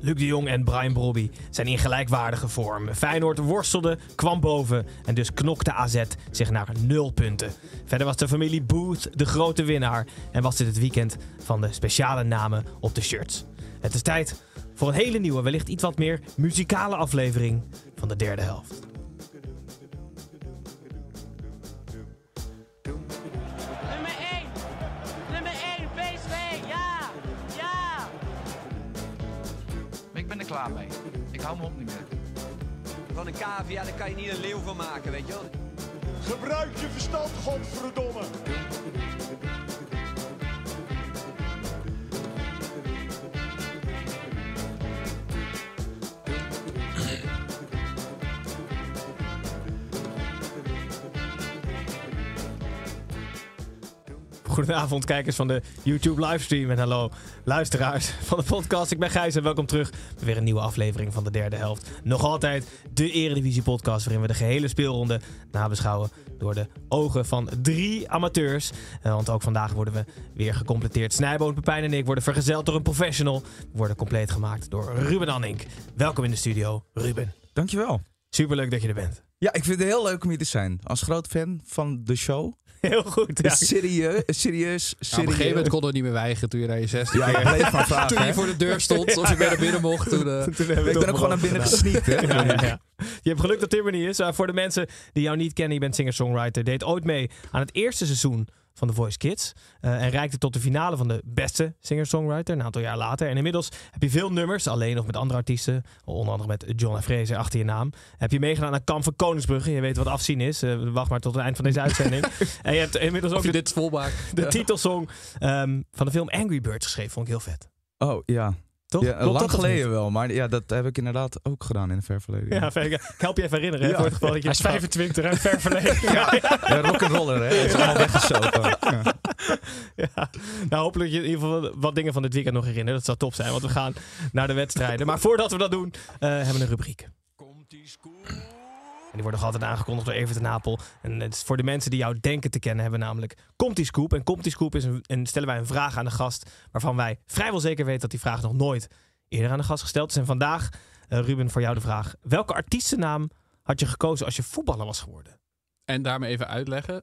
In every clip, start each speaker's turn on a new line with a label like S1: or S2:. S1: Luc de Jong en Brian Brobby zijn in gelijkwaardige vorm. Feyenoord worstelde, kwam boven en dus knokte AZ zich naar nul punten. Verder was de familie Booth de grote winnaar en was dit het weekend van de speciale namen op de shirts. Het is tijd voor een hele nieuwe, wellicht iets wat meer muzikale aflevering van de derde helft.
S2: Nummer 1. Nummer 1, PSV. Ja. Ja.
S3: Maar ik ben er klaar mee. Ik hou me op niet meer.
S4: Van een cavia, daar kan je niet een leeuw van maken, weet je wel.
S5: Gebruik je verstand, godverdomme.
S1: Goedenavond, kijkers van de YouTube livestream. En hallo, luisteraars van de podcast. Ik ben Gijs en welkom terug bij weer een nieuwe aflevering van de derde helft. Nog altijd de Eredivisie-podcast, waarin we de gehele speelronde nabeschouwen door de ogen van drie amateurs. Eh, Want ook vandaag worden we weer gecompleteerd. Snijboon, Pepijn en ik worden vergezeld door een professional. We worden compleet gemaakt door Ruben Annink. Welkom in de studio, Ruben.
S6: Dankjewel.
S1: Superleuk dat je er bent.
S6: Ja, ik vind het heel leuk om hier te zijn. Als groot fan van de show.
S1: Heel goed. Ja.
S6: Serieus, serieus,
S7: Ja, op een gegeven
S6: serieus.
S7: moment kon het niet meer weigeren toen je naar je zesde
S6: Ja, ik bleef maar vragen.
S7: Toen
S6: hè.
S7: je voor de deur stond of je weer naar binnen mocht. Toen, eh,
S1: Toen hebben we
S6: Ik
S1: het
S6: ben ook gewoon naar binnen
S1: gedaan.
S6: gesneakt, hè.
S1: Ja, ja, ja. Je hebt geluk dat Tim er niet is. Uh, voor de mensen die jou niet kennen, je bent singer-songwriter. Deed ooit mee aan het eerste seizoen van The Voice Kids. eh, en reikte tot de finale van de beste singer-songwriter een aantal jaar later. En inmiddels heb je veel nummers, alleen of met andere artiesten. Onder andere met John en Fraser achter je naam. Heb je meegedaan aan Kamp van Koningsbrugge. Je weet wat afzien is. Eh, wacht maar tot het eind van deze uitzending. en je hebt inmiddels ook
S7: of je
S1: de,
S7: dit volmaakt.
S1: de titelsong ehm, van de film Angry Birds geschreven. Vond ik heel vet.
S6: Oh, ja.
S1: Toch?
S6: ja
S1: Klopt dat
S6: lang
S1: of niet?
S6: geleden wel. Maar ja, dat heb ik inderdaad ook gedaan in het ver verleden.
S1: Ja,
S6: Ja,
S1: Fenke, ik help je even herinneren. hè,
S6: Ja.
S1: Voor het geval dat je
S8: Hij is 25 en ver verleden.
S6: ja rock'n'roller, hè. Dat is allemaal weggesopen. Ja.
S1: Ja, nou hopelijk je in ieder geval wat- wat dingen van dit weekend nog herinneren. Dat zou top zijn, want we gaan naar de wedstrijden. Maar voordat we dat doen, eh, hebben we een rubriek. En die wordt nog altijd aangekondigd door Evert en Apel. En het is voor de mensen die jou denken te kennen, hebben we namelijk Komt die Scoop. En Komt die Scoop is een, en stellen wij een vraag aan de gast waarvan wij vrijwel zeker weten dat die vraag nog nooit eerder aan de gast gesteld is. En vandaag, eh, Ruben, voor jou de vraag. Welke artiestennaam had je gekozen als je voetballer was geworden?
S7: En daarmee even uitleggen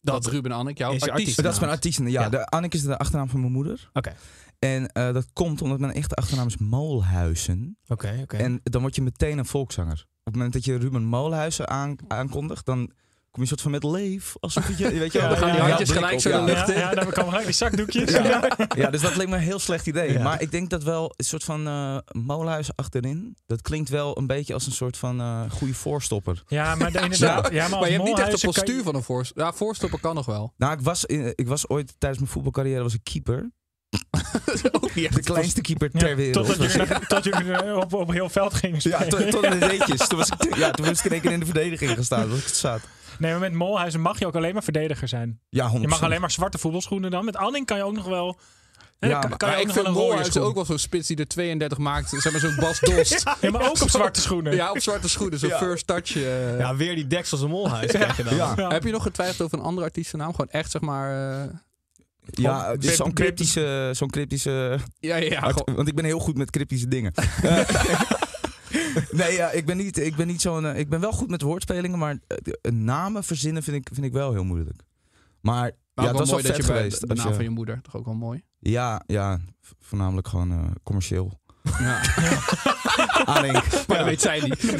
S7: dat,
S1: Dat-
S7: Ruben Annick jouw
S1: is je
S7: artiest,
S1: artiest.
S6: Dat is mijn artiesten. Ja,
S1: Ja.
S6: De, Annik is de achternaam van mijn moeder.
S1: Oké.
S6: En eh, dat komt omdat mijn echte achternaam is Moolhuizen.
S1: Oké, oké.
S6: En dan word je meteen een volkszanger. Op het moment dat je Ruben Moolhuizen aan- aankondigt, dan kom je een soort van met leef. Alsof je, weet je wel,
S8: Ja,
S6: dan
S8: ja,
S6: gaan die
S8: ja.
S6: handjes
S7: Ja,
S6: gelijk zo
S7: ja.
S6: de lucht
S8: Ja,
S6: in.
S8: ja, daar kwam gelijk die zakdoekjes.
S6: Ja.
S8: Ja.
S6: Ja, dus dat leek me een heel slecht idee.
S1: Ja.
S6: Maar ik denk dat wel een soort van eh molenhuis achterin. Dat klinkt wel een beetje als een soort van eh goede voorstopper.
S8: Ja, maar de- inderdaad. Ja, maar,
S7: Maar je hebt niet echt de
S8: postuur
S7: postuur van een voorstopper. Ja, voorstopper kan nog wel.
S6: Nou, ik was, in- ik was ooit tijdens mijn voetbalcarrière was ik keeper.
S7: Ook niet
S6: De kleinste keeper ter wereld.
S8: Totdat
S6: was ik.
S8: jullie, Oh, tot jullie eh, op, op heel veld
S6: Ja,
S8: gingen spelen.
S6: tot, tot in de reetjes. Toen, was ik, te- ja, toen moest ik in één keer in de verdediging gaan staan. Dat ik het zat.
S8: Nee, maar met Molhuizen mag je ook alleen maar verdediger zijn.
S6: Ja, 100%.
S8: Je mag alleen maar zwarte voetbalschoenen dan. Met Anning kan je ook nog wel... hè,
S6: Ja,
S8: dan kan,
S6: maar-
S8: kan je
S7: Maar
S8: ook
S7: ik
S8: nog wel
S7: vind
S8: een rode
S7: Molhuis
S8: schoen.
S7: ook wel zo'n spits die er 32 maakt. Zeg maar zo'n Bas Dost. ja.
S8: Ja, maar ook op zwarte schoenen.
S7: op zwarte schoenen. Zo'n
S6: Ja.
S7: first touch. eh.
S1: Ja, weer die deksels en molhuis krijg je dan.
S6: Ja,
S8: Ja.
S7: Heb je nog getwijfeld over een andere artiestennaam? Gewoon echt zeg maar... eh,
S6: ja het is zo'n cryptische... Zo'n cryptische
S7: Ja, ja, ja.
S1: Ah,
S6: Hart-
S7: gewoon-
S6: want ik ben heel goed met cryptische dingen. Eh, nee, ja, ik ben niet, ik ben niet zo'n. eh, Ik ben wel goed met woordspelingen, maar eh, de- eh, namen verzinnen vind ik, vind ik wel heel moeilijk. Maar,
S7: Maar
S6: ja, dat
S7: ook wel
S6: is wel
S7: mooi dat
S6: vet
S7: je
S6: geweest.
S7: bij de
S6: als
S7: naam
S6: je-
S7: van je moeder. Toch ook wel mooi.
S6: Ja, ja, v- voornamelijk gewoon eh, commercieel.
S7: Ja.
S6: Aanink.
S7: Maar dat weet zij niet.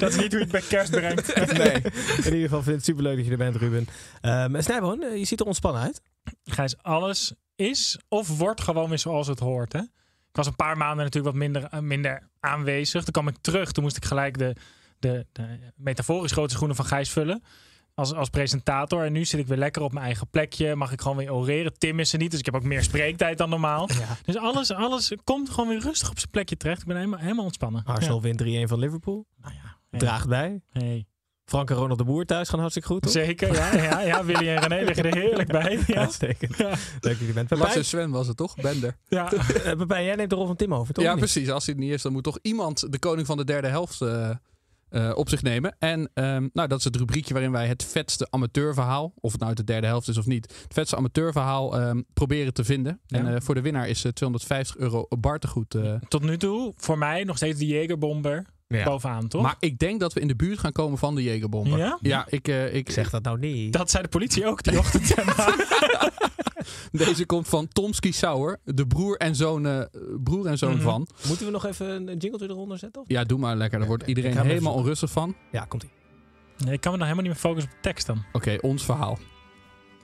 S8: Dat is niet hoe je het bij kerst brengt.
S1: Nee. In ieder geval vind ik het superleuk dat je er bent, Ruben. Ehm en Snijboon, eh, je ziet er ontspannen uit.
S8: Gijs, alles is of wordt gewoon weer zoals het hoort. Hè? Ik was een paar maanden natuurlijk wat minder, eh, minder aanwezig. Toen kwam ik terug. Toen moest ik gelijk de, de, de metaforisch grote schoenen van Gijs vullen. Als, als presentator. En nu zit ik weer lekker op mijn eigen plekje. Mag ik gewoon weer oreren. Tim is er niet, dus ik heb ook meer spreektijd dan normaal. Dus alles, alles komt gewoon weer rustig op zijn plekje terecht. Ik ben helemaal, helemaal ontspannen.
S1: Arsenal wint 3-1 van Liverpool.
S8: Ja.
S1: Draagt bij.
S8: Hey.
S1: Frank en Ronald de Boer thuis gaan hartstikke goed. Toch?
S8: Zeker, ja, ja, ja. Willy en René liggen er heerlijk bij. Ja.
S1: Uitstekend.
S8: Ja.
S1: Leuk dat je er bent.
S7: Lars
S1: Pepijn,
S7: en Sven was het toch? Bender.
S8: Ja.
S1: eh, Pepijn, jij neemt de rol van Tim over, toch?
S7: Ja,
S1: Of niet?
S7: precies. Als hij het niet is, dan moet toch iemand de koning van de derde helft eh, eh, op zich nemen. En ehm, nou, dat is het rubriekje waarin wij het vetste amateurverhaal, of het nou uit de derde helft is of niet, het vetste amateurverhaal ehm, proberen te vinden. En eh, voor de winnaar is eh, 250 euro bartegoed. eh.
S8: Tot nu toe, voor mij nog steeds de Jägerbomber
S1: Ja.
S8: bovenaan, toch?
S7: Maar ik denk dat we in de buurt gaan komen van de Jägerbomber.
S8: Ja?
S7: ik, eh, ik
S1: Ik zeg dat nou niet.
S8: Dat zei de politie ook die ochtend.
S7: Deze komt van Tomski Sauer, de broer en zoon, eh, broer en zoon
S8: Mhm.
S7: van.
S1: Moeten we nog even een jingle eronder zetten? Of?
S7: Ja, doe maar lekker. Daar wordt
S1: Ik ga
S7: iedereen
S1: hem even
S7: helemaal
S1: zoeken.
S7: onrustig van.
S1: Ja, komt ie.
S8: Nee, ik kan me nog helemaal niet meer focussen op de tekst dan.
S7: Oké, ons verhaal.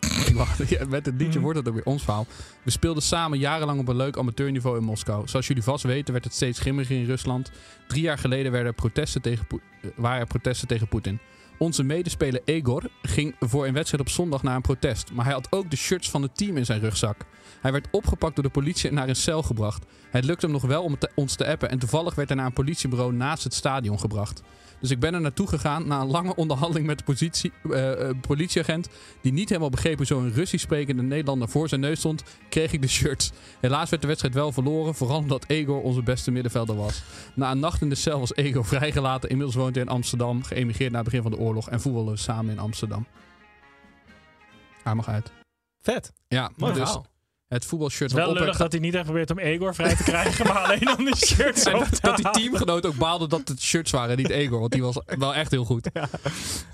S7: Wacht, ja, met het liedje
S8: Mhm.
S7: wordt het ook weer ons verhaal. We speelden samen jarenlang op een leuk amateurniveau in Moskou. Zoals jullie vast weten werd het steeds grimmiger in Rusland. Drie jaar geleden werden er protesten tegen Poe- eh, waren er protesten tegen Poetin. Onze medespeler Egor ging voor een wedstrijd op zondag naar een protest. Maar hij had ook de shirts van het team in zijn rugzak. Hij werd opgepakt door de politie en naar een cel gebracht. Het lukte hem nog wel om te- ons te appen. En toevallig werd hij naar een politiebureau naast het stadion gebracht. Dus ik ben er naartoe gegaan na een lange onderhandeling met de positie, eh, eh, politieagent. Die niet helemaal begreep hoe zo'n Russisch sprekende Nederlander voor zijn neus stond. Kreeg ik de shirt. Helaas werd de wedstrijd wel verloren. Vooral omdat Egor onze beste middenvelder was. Na een nacht in de cel was Egor vrijgelaten. Inmiddels woont hij in Amsterdam. Geëmigreerd na het begin van de oorlog. En voetballen we samen in Amsterdam. Hij mag uit.
S1: Vet.
S7: Ja,
S1: Mooi
S7: dus
S1: verhaal.
S7: het voetbalshirt
S8: Het is wel
S7: van
S8: lullig dat hij niet heeft geprobeerd om Egor vrij te krijgen, maar alleen om die shirts
S7: En
S8: op
S7: dat,
S8: te
S7: dat die
S8: halen.
S7: teamgenoot ook baalde dat het shirts waren, niet Egor. Want die was wel echt heel goed.
S1: Heel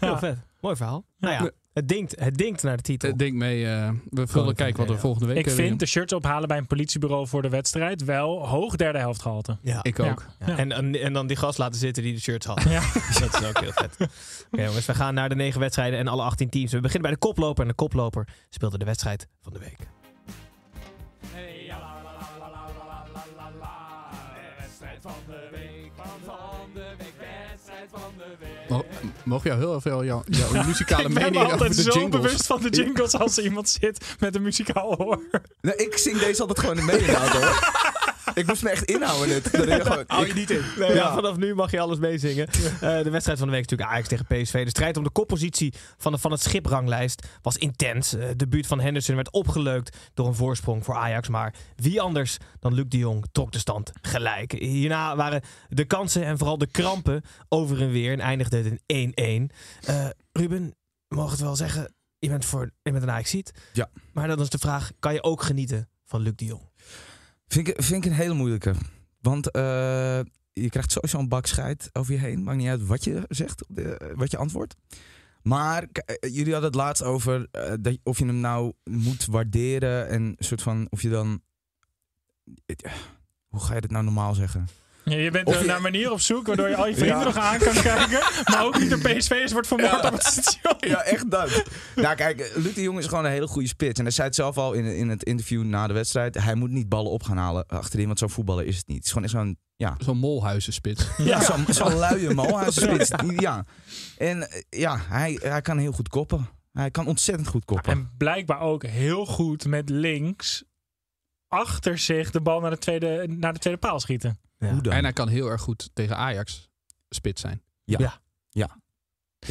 S8: Ja.
S1: vet. Mooi verhaal. Nou ja,
S7: Ja.
S1: het dinkt, het dinkt naar de titel.
S7: Ik Denk mee, eh, we vullen
S1: Koning
S7: kijken
S1: van
S7: wat we
S1: de
S7: volgende week eh,
S8: Ik
S7: hebben.
S8: vind de shirts ophalen bij een politiebureau voor de wedstrijd wel hoog derde helft gehalte.
S1: ja.
S7: Ik ook.
S1: Ja. En, en, en dan die gast laten zitten die de shirts had.
S8: Ja.
S1: Dat is ook heel vet. Oké jongens, we gaan naar de negen wedstrijden en alle 18 teams. We beginnen bij de koploper. En de koploper speelde de wedstrijd van de week.
S7: Mo- Mogen jou heel veel jouw, jouw muzikale
S8: ik ben me
S7: mening over
S8: altijd
S7: de
S8: zo
S7: jingles.
S8: bewust van de jingles als er iemand zit met een muzikaal oor.
S6: Nou, ik zing deze altijd gewoon mee in de auto, hoor. Ik moest me echt inhouden. Dit. Dat ik gewoon, ik-
S1: niet in. ja. vanaf nu mag je alles meezingen. Eh, de wedstrijd van de week is natuurlijk Ajax tegen PSV. De strijd om de koppositie van, de, van het schipranglijst was intens. Eh, de buurt van Henderson werd opgeleukt door een voorsprong voor Ajax. Maar wie anders dan Luc de Jong trok de stand gelijk. Hierna waren de kansen en vooral de krampen over en weer. En eindigde het in 1-1. Eh, Ruben, we mogen het wel zeggen, je bent, voor, je bent een Ajax-ziet.
S6: Ja.
S1: Maar dan is de vraag, kan je ook genieten van Luc de Jong?
S6: Vind ik, vind ik een hele moeilijke. Want eh, je krijgt sowieso een bak scheid over je heen. Maakt niet uit wat je zegt, op de- wat je antwoordt. Maar k- eh, jullie hadden het laatst over eh, dat, je- of je hem nou moet waarderen. En een soort van of je dan. Eh, Hoe ga je dit nou normaal zeggen?
S8: Ja, je bent
S6: Of
S8: er
S6: je-
S8: naar een manier op zoek waardoor je al je vrienden
S6: Ja.
S8: nog aan kan kijken. Maar ook niet de PSV'ers wordt vermoord
S6: Ja.
S8: op het station.
S6: Ja, echt dat. nou, kijk, eh, Luc de Jong is gewoon een hele goede spits. En hij zei het zelf al in, in het interview na de wedstrijd. Hij moet niet ballen op gaan halen achterin, want zo'n voetballer is het niet. Het is gewoon echt zo'n
S7: Zo'n molhuizenspits.
S6: Ja, zo'n zo luie malhuisspits. Ja. En eh, ja, hij, hij kan heel goed koppen. Hij kan ontzettend goed koppen.
S8: En blijkbaar ook heel goed met links achter zich de bal naar de tweede, naar de tweede paal schieten.
S6: Hoe dan?
S7: En hij kan heel erg goed tegen Ajax spits zijn.
S6: ja,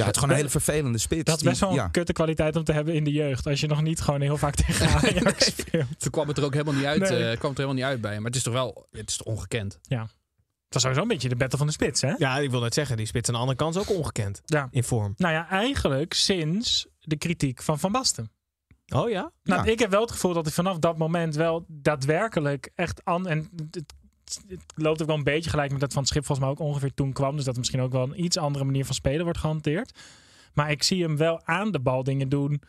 S6: het is gewoon een hele vervelende spits.
S8: Dat is
S6: Die-
S8: best wel een
S6: ja.
S8: kutte kwaliteit om te hebben in de jeugd. Als je nog niet gewoon heel vaak tegen Ajax speelt.
S7: Toen kwam het er ook helemaal niet uit,
S8: Nee.
S7: eh, kwam het er helemaal niet uit bij hem. Maar het is toch wel het is toch ongekend.
S8: Dat is sowieso een beetje de battle van de spits, hè?
S1: Ja, ik wil net zeggen, die spits aan de andere kant is ook ongekend.
S8: Ja.
S1: In vorm.
S8: Nou ja, eigenlijk sinds de kritiek van Van Basten.
S1: Oh ja?
S8: Nou,
S6: Ja.
S8: ik heb wel het gevoel dat hij vanaf dat moment wel daadwerkelijk echt aan... En het, het loopt ook wel een beetje gelijk met dat van het schip volgens mij ook ongeveer toen kwam. Dus dat er misschien ook wel een iets andere manier van spelen wordt gehanteerd. Maar ik zie hem wel aan de bal dingen doen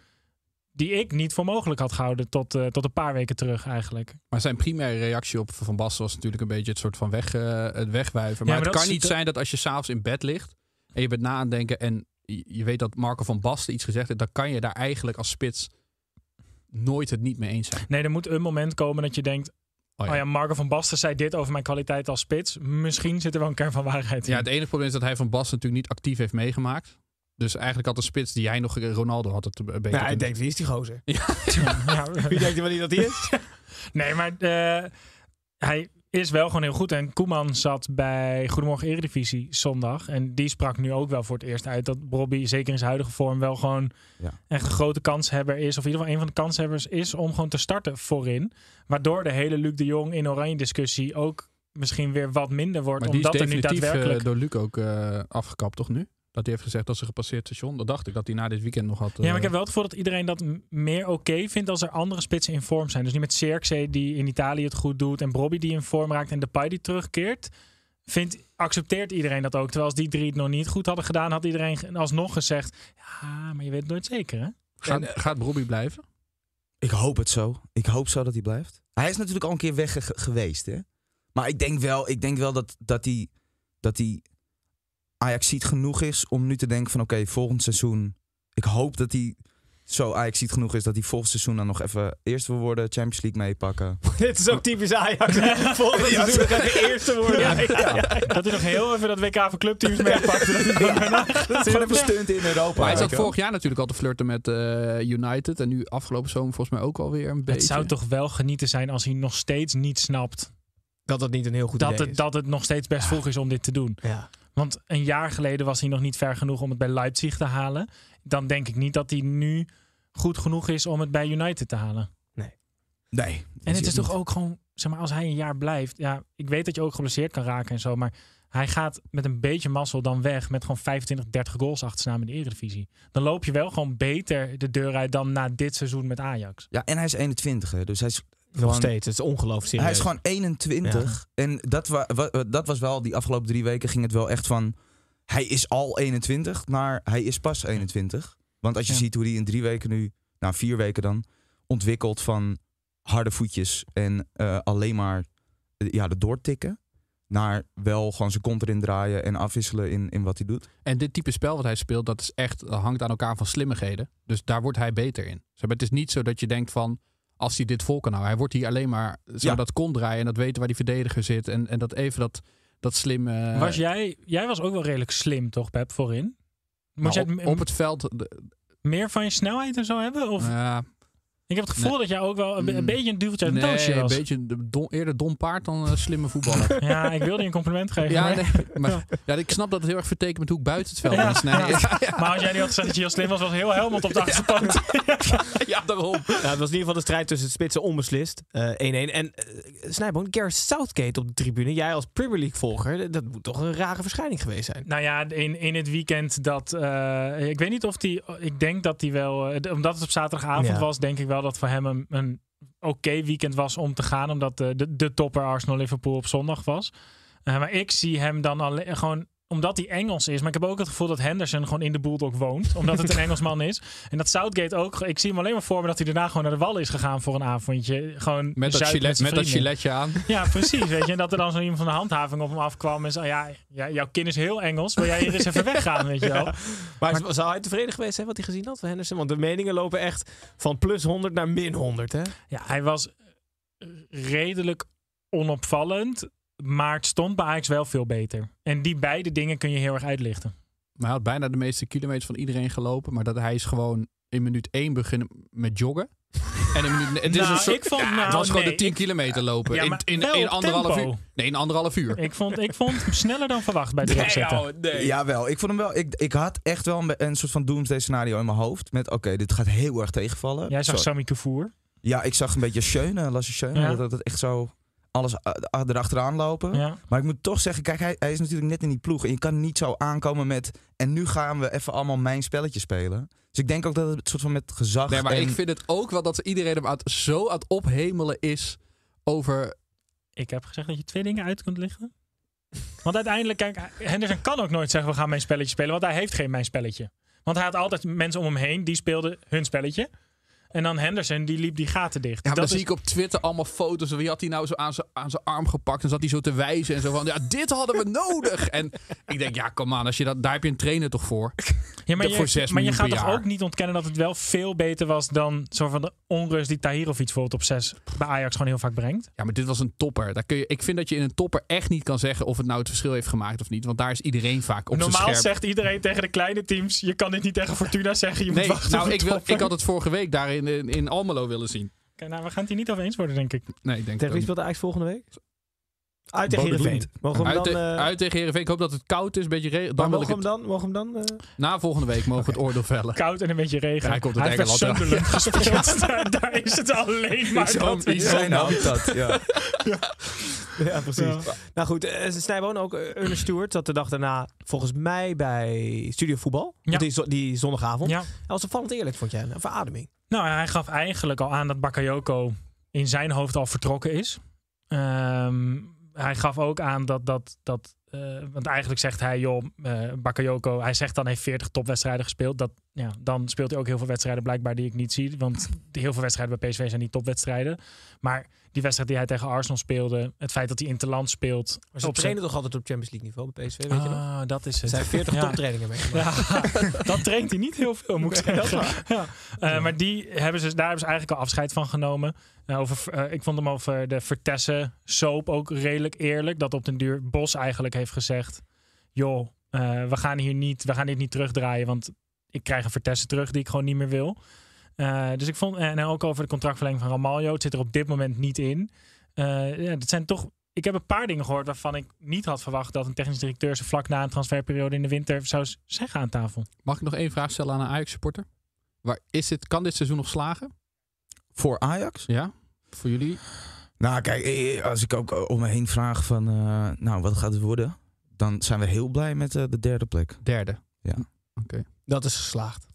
S8: die ik niet voor mogelijk had gehouden tot, eh, tot een paar weken terug eigenlijk.
S7: Maar zijn primaire reactie op Van Basten was natuurlijk een beetje het soort van weg, eh, het wegwijven.
S8: Ja,
S7: Maar
S8: maar
S7: het
S8: dat
S7: kan
S8: is-
S7: niet
S8: dat-
S7: zijn dat als je s'avonds in bed ligt en je bent na aan het denken en je je weet dat Marco van Basten iets gezegd heeft, dan kan je daar eigenlijk als spits nooit het niet mee eens zijn.
S8: Nee, er moet een moment komen dat je denkt...
S7: Oh ja.
S8: Oh ja, Marco van Basten zei dit over mijn kwaliteit als spits. Misschien zit er wel een kern van waarheid in.
S7: Ja, het enige probleem is dat hij van Bas natuurlijk niet actief heeft meegemaakt. Dus eigenlijk had de spits die hij nog Ronaldo had het beter.
S1: Nou, hij
S7: kunnen-
S1: denkt, wie is die gozer?
S8: Ja.
S1: Wie denkt hij wel niet dat hij is?
S8: Nee, maar eh, hij is wel gewoon heel goed. En Koeman zat bij Goedemorgen Eredivisie zondag. En die sprak nu ook wel voor het eerst uit dat Bobby, zeker in zijn huidige vorm, wel gewoon
S6: Ja.
S8: echt een grote kanshebber is. Of in ieder geval een van de kanshebbers is om gewoon te starten voorin. Waardoor de hele Luc de Jong in Oranje discussie ook misschien weer wat minder wordt.
S7: Maar die is
S8: omdat er nu
S7: definitief eh,
S8: daadwerkelijk...
S7: door Luc ook eh, afgekapt, toch nu? Dat hij heeft gezegd dat ze gepasseerd station. Dat dacht ik dat hij na dit weekend nog had. eh,
S8: Ja,
S1: Eh,
S8: maar ik heb wel het gevoel dat iedereen dat m- meer oké vindt als er andere spitsen in vorm zijn. Dus niet met Circe die in Italië het goed doet en Bobby die in vorm raakt en Depay die terugkeert. Vindt, accepteert iedereen dat ook. Terwijl als die drie het nog niet goed hadden gedaan, had iedereen ge- alsnog gezegd... Ja, maar je weet het nooit zeker, hè?
S7: Gaat, gaat Brobbey blijven?
S6: Ik hoop het zo. Ik hoop zo dat hij blijft. Hij is natuurlijk al een keer weg ge- geweest, hè? Maar ik denk wel, ik denk wel dat, dat hij dat hij Ajax ziet genoeg is om nu te denken van oké, volgend seizoen. Ik hoop dat hij zo Ajax ziet genoeg is dat hij volgend seizoen dan nog even eerst wil worden, Champions League meepakken.
S1: Dit is ook typisch Ajax. Volgend seizoen gaat de eerste worden. Ja,
S8: Dat hij nog heel even dat WK voor clubteams meepakt. Dat hij dan daarna-
S6: Dat is even stunt in Europa.
S7: Maar hij
S6: weet
S7: zat
S6: je wel.
S7: vorig jaar natuurlijk al te flirten met eh, United. En nu afgelopen zomer volgens mij ook alweer een beetje.
S8: Het zou toch wel genieten zijn als hij nog steeds niet snapt...
S1: Dat dat niet een heel goed
S8: dat
S1: idee
S8: het,
S1: is.
S8: dat het nog steeds best vroeg is om dit te doen.
S1: Ja.
S8: Want een jaar geleden was hij nog niet ver genoeg om het bij Leipzig te halen. Dan denk ik niet dat hij nu goed genoeg is om het bij United te halen.
S6: Nee.
S8: En het is toch ook gewoon, zeg maar, als hij een jaar blijft. Ja, ik weet dat je ook geblesseerd kan raken en zo. Maar hij gaat met een beetje mazzel dan weg. Met gewoon 25, 30 goals achter zijn naam in de Eredivisie. Dan loop je wel gewoon beter de deur uit dan na dit seizoen met Ajax.
S6: Ja, en hij is 21, hè, dus hij is
S1: Nog steeds. Het is ongelooflijk serieus.
S6: Hij is gewoon 21. En dat, wa- wa- wa- dat was wel, die afgelopen drie weken ging het wel echt van... Hij is al 21, maar hij is pas 21. Want als je
S8: Ja.
S6: ziet hoe hij in drie weken nu, nou vier weken dan... ontwikkelt van harde voetjes en eh, alleen maar eh, ja, de doortikken... naar wel gewoon zijn kont erin draaien en afwisselen in, in wat hij doet.
S7: En dit type spel wat hij speelt, dat is echt, dat hangt aan elkaar van slimmigheden. Dus daar wordt hij beter in. Zeg maar, het is niet zo dat je denkt van, als hij dit vol kan houden. Hij wordt hier alleen maar, zou
S6: Ja.
S7: dat kon draaien en dat weten waar die verdediger zit. En, en dat even dat, dat slim... eh,
S8: was jij, jij was ook wel redelijk slim, toch, Pep, voorin?
S7: nou,
S8: Moest jij
S7: op,
S8: m-
S7: op het veld... de- nou
S8: meer van je snelheid en zo hebben? Of?
S7: ja,
S8: Ik heb het gevoel dat jij ook wel een, be- een
S7: Mm.
S8: beetje een duveltje uit een
S7: nee,
S8: doosje
S7: een
S8: was.
S7: beetje de dom- eerder dom paard dan eh, slimme voetballer.
S8: Ja, ik wilde je een compliment geven.
S7: ja,
S8: maar,
S7: nee, maar, ja, ik snap dat het heel erg vertekent met hoe ik buiten het veld
S8: Ja.
S7: is. Nee, ja,
S8: maar als jij nu had gezegd dat je heel slim was, was heel Helmond op de achterkant.
S7: ja, daarom.
S1: Ja, het was in ieder geval de strijd tussen het spitsen onbeslist. Eh, 1-1. en eh Snijboon, Gareth Southgate op de tribune. Jij als Premier League volger, dat moet toch een rare verschijning geweest zijn.
S8: nou ja, in, in het weekend dat... eh, ik weet niet of die... Ik denk dat die wel... eh, omdat het op zaterdagavond
S1: Ja.
S8: was, denk ik wel dat voor hem een, een oké weekend was om te gaan. Omdat eh, de, de topper Arsenal-Liverpool op zondag was. Eh, maar ik zie hem dan alleen gewoon omdat hij Engels is. Maar ik heb ook het gevoel dat Henderson gewoon in de Bulldog woont. Omdat het een Engelsman is. En dat Southgate ook. Ik zie hem alleen maar voor me dat hij daarna gewoon naar de Wallen is gegaan voor een avondje. Gewoon
S7: Met dat,
S8: zuipen
S7: gilet,
S8: zijn
S7: met dat
S8: vrienden.
S7: giletje aan.
S8: Ja, precies. Weet je, en dat er dan zo iemand van de handhaving op hem afkwam en zei: ja, ja, jouw kind is heel Engels, wil jij hier eens even weggaan? Weet je wel?
S1: Maar, zou hij tevreden geweest zijn wat hij gezien had van Henderson? Want de meningen lopen echt van plus 100 naar min 100. Hè?
S8: Ja, hij was eh, redelijk onopvallend, maar het stond bij Ajax wel veel beter. En die beide dingen kun je heel erg uitlichten.
S7: Maar hij had bijna de meeste kilometers van iedereen gelopen. Maar dat hij is gewoon in minuut 1 beginnen met joggen. En in minuut, het, is
S8: Nou,
S7: een soort,
S8: ik vond-
S7: ja,
S8: nou,
S7: het was gewoon
S8: nee,
S7: de 10 kilometer lopen.
S8: Ja,
S7: in,
S8: maar
S7: in,
S8: wel
S7: in
S8: op
S7: anderhalf
S8: tempo.
S7: uur. Nee, in anderhalf uur.
S8: Ik vond, ik vond hem sneller dan verwacht bij de opzetten.
S6: Jawel, ik vond hem wel... Ik, ik had echt wel een, be- een soort van doomsday scenario in mijn hoofd. Met oké, dit gaat heel erg tegenvallen.
S8: Jij zag
S6: Zo-
S8: Sammy Koufour.
S6: Ja, ik zag een beetje Schöne, Lasse Schöne.
S8: Ja.
S6: Dat, dat het echt zo alles a- a- erachteraan lopen.
S8: Ja.
S6: Maar ik moet toch zeggen, kijk, hij, hij is natuurlijk net in die ploeg. En je kan niet zo aankomen met... En nu gaan we even allemaal mijn spelletje spelen. Dus ik denk ook dat het soort van met gezag
S7: Nee, maar
S6: en
S7: ik vind het ook wel dat iedereen hem aan het- zo aan het ophemelen is over...
S8: Ik heb gezegd dat je twee dingen uit kunt lichten. Want uiteindelijk, kijk, Henderson kan ook nooit zeggen: we gaan mijn spelletje spelen, want hij heeft geen mijn spelletje. Want hij had altijd mensen om hem heen die speelden hun spelletje. En dan Henderson, die liep die gaten dicht.
S7: Ja, maar
S8: dat
S7: dan zie ik op Twitter allemaal foto's. Wie had hij nou zo aan zijn- aan zijn arm gepakt? En zat hij zo te wijzen en zo van... Ja, dit hadden we nodig! En ik denk, ja, kom aan. Als je dat, daar heb je een trainer toch voor?
S8: ja, maar
S7: dat voor zes
S8: maar je
S7: miljoen
S8: gaat
S7: per
S8: toch
S7: jaar.
S8: ook niet ontkennen dat het wel veel beter was dan soort van de onrust die Tahirovic bijvoorbeeld op 6 bij Ajax gewoon heel vaak brengt.
S7: Ja, maar dit was een topper. Daar kun je, ik vind dat je in een topper echt niet kan zeggen... of het nou het verschil heeft gemaakt of niet. Want daar is iedereen vaak op zijn
S8: Normaal
S7: scherp.
S8: zegt iedereen tegen de kleine teams: je kan dit niet tegen Fortuna zeggen. Je
S7: Nee,
S8: moet wachten.
S7: nou,
S8: op
S7: ik,
S8: de
S7: wil,
S8: topper.
S7: ik had het vorige week daar in, in, in Almelo willen zien.
S8: Kijk, nou, we gaan het hier niet over eens worden, denk ik.
S7: Nee, ik
S1: Tegen
S7: denk het
S1: wie
S7: ook
S1: speelt Ajax volgende week? Uit tegen
S6: Bodø
S1: Heerenveen.
S6: Glimt.
S1: Mogen we hem
S7: Uit,
S1: dan...
S7: te-
S1: eh,
S7: uit tegen Heerenveen. Ik hoop dat het koud is, een beetje regen.
S1: maar
S7: Dan wil ik
S1: mogen we
S7: het,
S1: hem dan? Mogen we hem dan eh,
S7: na volgende week mogen we het oordeel vellen.
S8: Koud en een beetje regen.
S7: Ja, hij komt uit
S8: heeft bij
S7: Engeland,
S8: Sunderland gespeeld. daar, daar is het alleen maar
S7: Zo'n-
S8: dat.
S7: die zo'n-
S6: Zijn habitat, ja.
S1: Ja, precies. Nou goed, eh, ze Snijboon ook. eh, Ernest Stewart zat de dag daarna volgens mij bij Studio Voetbal.
S8: Ja.
S1: Die, zo- die zondagavond.
S8: Ja.
S1: Hij was opvallend eerlijk, vond jij. Een verademing.
S8: Nou, hij gaf eigenlijk al aan dat Bakayoko in zijn hoofd al vertrokken is. Ehm, hij gaf ook aan dat. dat, dat eh, want eigenlijk zegt hij, joh, eh, Bakayoko, hij zegt dan heeft 40 topwedstrijden gespeeld. Dat, ja, dan speelt hij ook heel veel wedstrijden blijkbaar die ik niet zie. Want heel veel wedstrijden bij PSV zijn niet topwedstrijden. Maar die wedstrijd die hij tegen Arsenal speelde, het feit dat hij interland speelt.
S1: Maar ze
S8: op zijn-
S1: trainen toch altijd op Champions League niveau bij PSV, weet je nog?
S8: Ah, dat is
S1: Er
S8: het.
S1: zijn 40
S8: Ja.
S1: toptrainingen mee gemaakt.
S8: Ja, dat traint hij niet heel veel, moet ik
S1: Nee, dat
S8: zeggen. Ja. Eh, Maar die hebben ze, daar hebben ze eigenlijk al afscheid van genomen. Eh, over, eh, ik vond hem over de Vertessen soap ook redelijk eerlijk. Dat op den duur Bos eigenlijk heeft gezegd... joh, eh, we gaan hier niet, we gaan dit niet terugdraaien... want ik krijg een Vertessen terug die ik gewoon niet meer wil. Eh, dus ik vond, en ook over de contractverlenging van Ramaljo... het zit er op dit moment niet in. Eh ja, dat zijn toch ik heb een paar dingen gehoord waarvan ik niet had verwacht dat een technisch directeur ze vlak na een transferperiode in de winter zou s- zeggen aan tafel.
S7: Mag ik nog één vraag stellen aan een Ajax-supporter? Waar is dit, kan dit seizoen nog slagen?
S6: Voor Ajax?
S7: Ja? Voor jullie?
S6: Nou, kijk, eh, als ik ook eh, om me heen vraag van, eh, nou, wat gaat het worden? Dan zijn we heel blij met eh, de derde plek.
S7: Derde.
S1: Dat is geslaagd.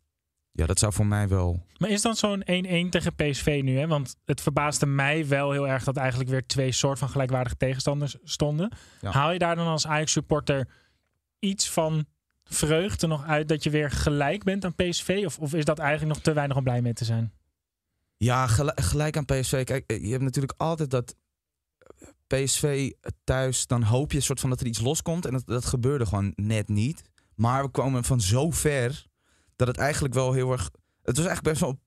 S6: Ja, dat zou voor mij wel...
S8: Maar is dan zo'n 1-1 tegen PSV nu? Hè? Want het verbaasde mij wel heel erg dat eigenlijk weer twee soort van gelijkwaardige tegenstanders stonden.
S6: Ja.
S8: Haal je daar dan als Ajax-supporter iets van vreugde nog uit dat je weer gelijk bent aan PSV? Of, of is dat eigenlijk nog te weinig om blij mee te zijn?
S6: Ja, gel- gelijk aan PSV. Kijk, eh, je hebt natuurlijk altijd dat eh, PSV thuis, dan hoop je soort van dat er iets loskomt. En dat, dat gebeurde gewoon net niet. Maar we kwamen van zo ver dat het eigenlijk wel heel erg... Het was eigenlijk best wel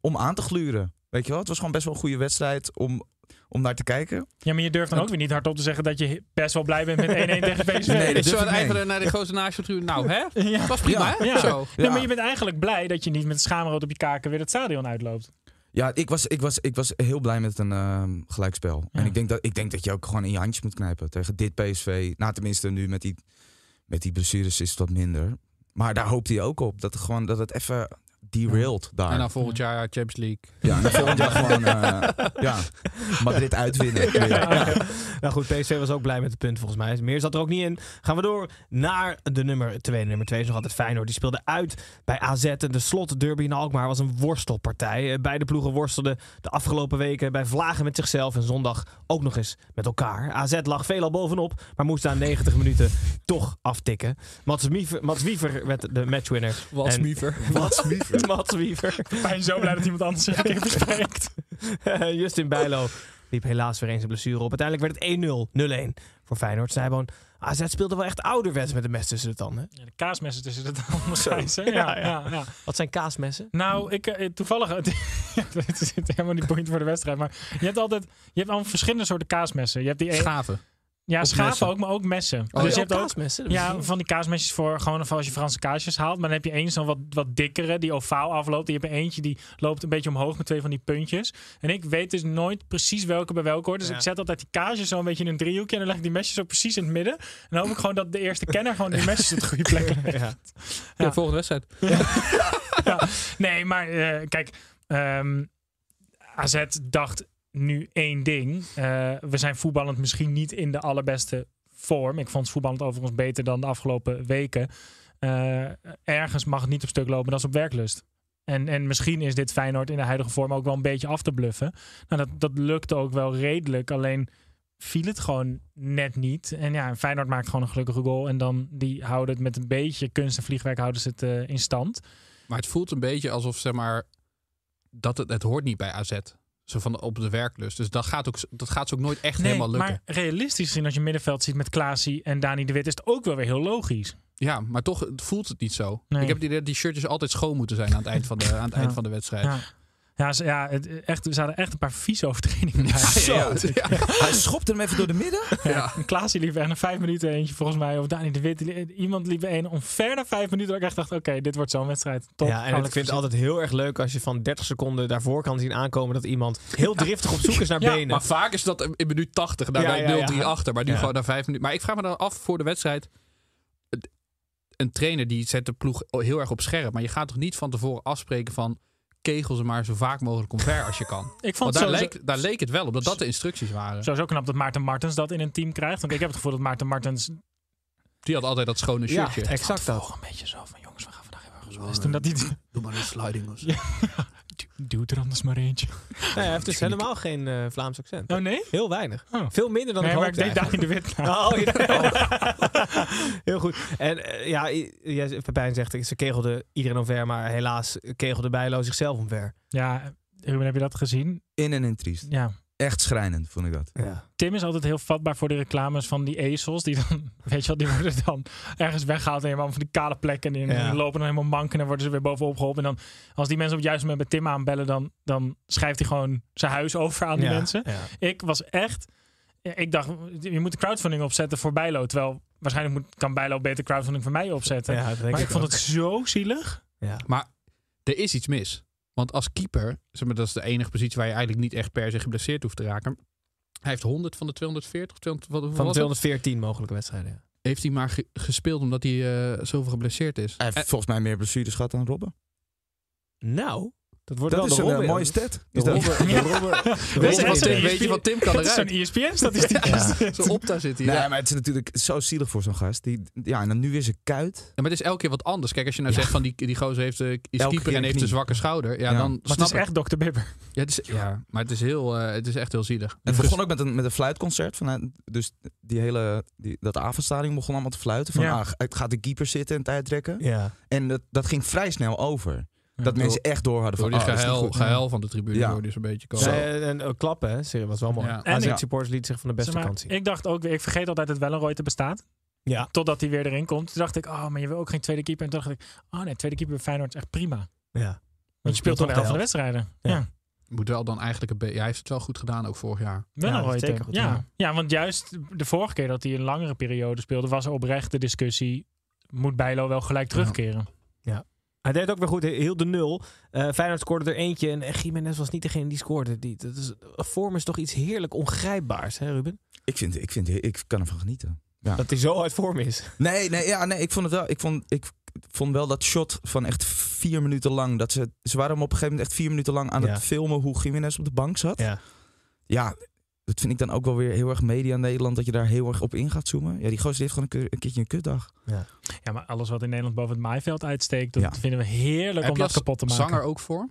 S6: om aan te gluren. Weet je wel? Het was gewoon best wel een goede wedstrijd om, om naar te kijken.
S8: Ja, maar je durft dan ook weer niet hardop te zeggen dat je best wel blij bent met 1-1 tegen PSV.
S6: Nee, dat
S7: Zo
S6: durf ik
S7: aan het
S6: niet.
S7: eind van de- naar de gozer naast je op de tribune. Nou, hè?
S8: Ja.
S7: Het was prima, hè?
S8: Ja.
S7: Zo.
S8: Nee,
S6: Ja.
S8: maar je bent eigenlijk blij dat je niet met schaamrood op je kaken weer het stadion uitloopt.
S6: Ja, ik was, ik was, ik was heel blij met een ehm, gelijkspel.
S8: Ja.
S6: En ik denk, dat, ik denk dat je ook gewoon in je handjes moet knijpen tegen dit PSV. Nou, tenminste nu met die, met die blessures is het wat minder. Maar daar hoopte hij ook op. Dat, het gewoon, dat het even derailed daar.
S7: En dan volgend jaar Champions League.
S6: Ja, en dan volgend jaar gewoon eh, ja, Madrid uitwinnen. Ja.
S1: Nou goed, PSV was ook blij met het punt volgens mij. Meer zat er ook niet in. Gaan we door naar de nummer 2. Nummer 2 is nog altijd Feyenoord. Die speelde uit bij AZ. En de slotderby in Alkmaar was een worstelpartij. Eh, Beide ploegen worstelden de afgelopen weken bij vlagen met zichzelf. En zondag ook nog eens met elkaar. AZ lag veelal bovenop, maar moest na 90 minuten toch aftikken. Mats Wiever, Mats Wiever werd de matchwinner. En-
S7: Miever.
S1: Mats Wiever. Mats Wiever.
S8: Ik ben zo blij dat iemand anders zich heeft bespreekt.
S1: Eh, Justin Bijlo liep helaas weer eens een blessure op. Uiteindelijk werd het 1-0, 0-1 voor Feyenoord. Snijboon, AZ speelde wel echt ouderwets met de mes tussen de tanden.
S8: Ja, de kaasmessen tussen de tanden. Gijs, hè? Ja,
S1: Ja,
S8: ja,
S1: ja.
S8: ja.
S1: Wat zijn kaasmessen?
S8: Nou, ik, eh, toevallig... ja, dit is helemaal niet boeiend voor de wedstrijd. Maar je hebt altijd... Je hebt al verschillende soorten kaasmessen. Je hebt die... e-
S7: Schaven.
S8: ja,
S7: of
S8: schaven
S7: messen.
S8: ook, maar ook messen.
S7: ja.
S8: dus je
S1: Oh,
S8: hebt ook...
S1: kaasmessen? Dat wist ik
S8: Ja,
S1: niet.
S8: van die kaasmesjes voor gewoon voor als je Franse kaasjes haalt. Maar dan heb je eens zo'n wat, wat dikkere die ovaal afloopt. En je hebt er eentje die loopt een beetje omhoog met twee van die puntjes. En ik weet dus nooit precies welke bij welke hoort. Dus
S1: Ja.
S8: ik zet altijd die kaasjes zo een beetje in een driehoekje. En dan leg ik die mesjes zo precies in het midden. En dan hoop ik gewoon dat de eerste kenner gewoon die mesjes op de goede plek legt.
S1: Ja.
S7: Ja.
S8: Ja.
S7: volgende wedstrijd.
S8: Nee, maar eh, kijk, ehm, AZ dacht nu één ding. Eh, we zijn voetballend misschien niet in de allerbeste vorm. Ik vond voetballend overigens beter dan de afgelopen weken. Eh, ergens mag het niet op stuk lopen, dat is op werklust. En, en misschien is dit Feyenoord in de huidige vorm ook wel een beetje af te bluffen. Nou, dat, dat lukte ook wel redelijk. Alleen viel het gewoon net niet. En ja, Feyenoord maakt gewoon een gelukkige goal. En dan die houden het met een beetje kunst en vliegwerk houden ze het eh, in stand.
S7: Maar het voelt een beetje alsof, zeg maar... dat het, het hoort niet bij AZ. Zo van op de werklust. Dus dat gaat, ook, dat gaat ze ook nooit echt helemaal lukken.
S8: maar realistisch gezien, als je middenveld ziet met Klaasie en Dani de Wit, is het ook wel weer heel logisch.
S7: Ja, maar toch het voelt het niet zo.
S8: Nee.
S7: Ik heb het idee dat die shirtjes altijd schoon moeten zijn aan het eind van de, aan het eind
S8: Ja.
S7: van de wedstrijd.
S8: Ja, ja, ze, ja het, echt, ze hadden echt een paar vieze overtredingen. bij.
S7: Zo. Ja,
S6: Hij schopt hem even door de midden.
S8: Ja. Klaasie liep echt na vijf minuten eentje, volgens mij. Of Dani de Wit. die- Iemand liep een om verder vijf minuten. Waar ik echt dacht, oké, dit wordt zo'n wedstrijd. Top,
S1: ja,
S8: gaan we
S1: en ik
S8: lekker
S1: vind het
S8: zien.
S1: altijd heel erg leuk als je van 30 seconden daarvoor kan zien aankomen dat iemand heel driftig op zoek is naar
S8: Ja,
S1: benen.
S7: Maar vaak is dat in minuut 80, daar
S1: Ja,
S7: ben ik
S1: ja,
S7: 0-3
S1: ja.
S7: achter. Maar nu
S1: Ja.
S7: gewoon na vijf minuten. Maar ik vraag me dan af voor de wedstrijd. het- Een trainer die zet de ploeg heel erg op scherp. Maar je gaat toch niet van tevoren afspreken van kegel ze maar zo vaak mogelijk omver als je kan.
S8: Ik vond
S7: Want
S8: het
S7: daar
S8: sowieso-
S7: leek, daar leek het wel op dat dat de instructies waren.
S8: sowieso knap dat Maarten Martens dat in een team krijgt. Want ik heb het gevoel dat Maarten Martens
S7: Die had altijd dat schone
S1: ja,
S7: shirtje.
S1: exact dat.
S8: een beetje zo van jongens, we gaan vandaag even ergens best doen. Dat hij
S7: Doe maar een sliding of zo.
S8: doe er anders maar eentje.
S1: Nee, hij heeft dus helemaal geen eh, Vlaams accent.
S8: Oh nee?
S1: Heel weinig.
S8: Oh.
S1: Veel minder dan
S8: nee,
S1: ik
S8: maar ik
S1: hoopte
S8: deed Dani de Wit nou. na.
S1: Oh, ja. Oh. Heel goed. En eh, ja, i- jij- Pepijn zegt, ze kegelde iedereen omver, maar helaas kegelde Bijlo zichzelf omver.
S8: Ja, Ruben, heb je dat gezien?
S6: In en in triest.
S8: Ja.
S6: Echt schrijnend, vond ik dat.
S1: Ja.
S8: Tim is altijd heel vatbaar voor de reclames van die ezels. Die dan, weet je wel, die worden dan ergens weggehaald en helemaal van die kale plekken. En die
S1: Ja.
S8: lopen dan helemaal mank en dan worden ze weer bovenop geholpen. En dan, als die mensen op het juiste moment bij Tim aanbellen, dan, dan schrijft hij gewoon zijn huis over aan die mensen.
S1: Ja.
S8: Ik was echt. ja, Ik dacht, je moet de crowdfunding opzetten voor Bijlo. Terwijl waarschijnlijk moet, kan Bijlo beter crowdfunding voor mij opzetten.
S1: Ja, dat denk
S8: maar ik vond
S1: ook.
S8: het zo zielig.
S1: Ja.
S7: Maar er is iets mis. Want als keeper, zeg maar, dat is de enige positie waar je eigenlijk niet echt per se geblesseerd hoeft te raken. Hij heeft 100 van de 240, 200, wat, hoeveel
S1: Van de
S7: was het?
S1: 214 mogelijke wedstrijden. ja.
S7: heeft hij maar ge- gespeeld omdat hij eh, zoveel geblesseerd is.
S6: Hij heeft
S7: Eh,
S6: volgens mij meer blessures gehad dan Robben.
S1: Nou, dat wordt
S6: Dat
S1: wel
S6: is
S1: de
S6: een eh,
S1: Robben-
S6: mooie stat.
S1: De
S6: Is dat?
S1: Robben- de Robben- de
S7: weet, je
S1: Robben-
S7: wat
S8: is
S7: Tim,
S8: een
S7: weet je wat Tim kan
S8: Dat is E een
S7: eruit?
S8: ESPN-statistiek.
S7: Zo op daar zit hij.
S6: Nee,
S7: ja.
S6: maar het is natuurlijk zo zielig voor zo'n gast. Die, ja, en dan nu weer zijn kuit.
S7: Ja, maar het is elke keer wat anders. Kijk, als je nou zegt van die, die gozer heeft, eh, is
S6: Elke
S7: keeper
S6: keer
S7: en heeft een
S6: knie.
S7: zwakke schouder. Ja,
S6: Ja.
S7: dan
S8: Maar
S7: snap
S8: het is
S7: ik.
S8: echt Dr. Bibber.
S7: Ja, het is, ja, maar het is, heel, eh, het is echt heel zielig. Dus-
S6: Het begon ook met een, met een fluitconcert. Vanuit, dus die hele, die, dat avondstadion begon allemaal te fluiten. Van,
S8: Ja.
S6: ah, het gaat de keeper zitten en tijd trekken.
S1: Ja.
S6: En dat, dat ging vrij snel over. dat
S7: door-
S6: mensen echt door hadden
S7: Door
S6: van,
S7: die
S6: ah, dat is niet
S7: gehuil,
S6: goed.
S7: gehuil van de tribune
S6: Ja.
S7: door die zo'n beetje komen.
S1: Ja, en, en eh, klappen, hè? Serie was wel mooi.
S7: Ja.
S1: Ja.
S7: En
S1: AZ
S6: ik-
S1: supporters lieten zich van de beste
S8: Zeg maar,
S1: kant zien.
S8: ik dacht ook weer, ik vergeet altijd dat Wellenreuter bestaat.
S1: ja.
S8: Totdat hij weer erin komt. Toen dacht ik, oh, maar je wil ook geen tweede keeper. En toen dacht ik, oh nee, tweede keeper bij Feyenoord is echt prima. Want
S1: ja.
S8: je speelt toch de helft van de wedstrijden.
S1: Ja.
S8: Ja.
S7: Moet wel dan eigenlijk een beetje... Ja, hij heeft het wel goed gedaan ook vorig jaar.
S1: Ja, dat is
S8: Wellenreuter.
S1: zeker
S8: Ja,
S1: goed,
S8: ja.
S1: ja.
S8: want juist de vorige keer dat hij een langere periode speelde, was er oprecht de discussie: moet Bijlo wel gelijk terugkeren?
S1: Hij deed het ook weer goed, heel de nul. Eh Feyenoord scoorde er eentje en eh, Jiménez was niet degene die scoorde. Die, dat is, eh, vorm is toch iets heerlijk ongrijpbaars, hè Ruben?
S6: Ik, vind, ik, vind, ik kan ervan genieten.
S1: Dat hij zo uit vorm is.
S6: Nee, nee, ja, nee ik vond het wel. Ik vond, ik vond wel dat shot van echt vier minuten lang. Dat ze, ze waren hem op een gegeven moment echt vier minuten lang aan
S1: Ja.
S6: het filmen hoe Jiménez op de bank zat.
S1: Ja.
S6: Ja, dat vind ik dan ook wel weer heel erg media Nederland. Dat je daar heel erg op in gaat zoomen. Ja, die gozer die heeft gewoon een, keer- een keertje een kutdag.
S8: Ja, maar alles wat in Nederland boven het maaiveld uitsteekt, dat
S6: Ja.
S8: vinden we heerlijk
S7: Heb je
S8: om dat
S7: als
S8: kapot te maken.
S7: zanger ook voor?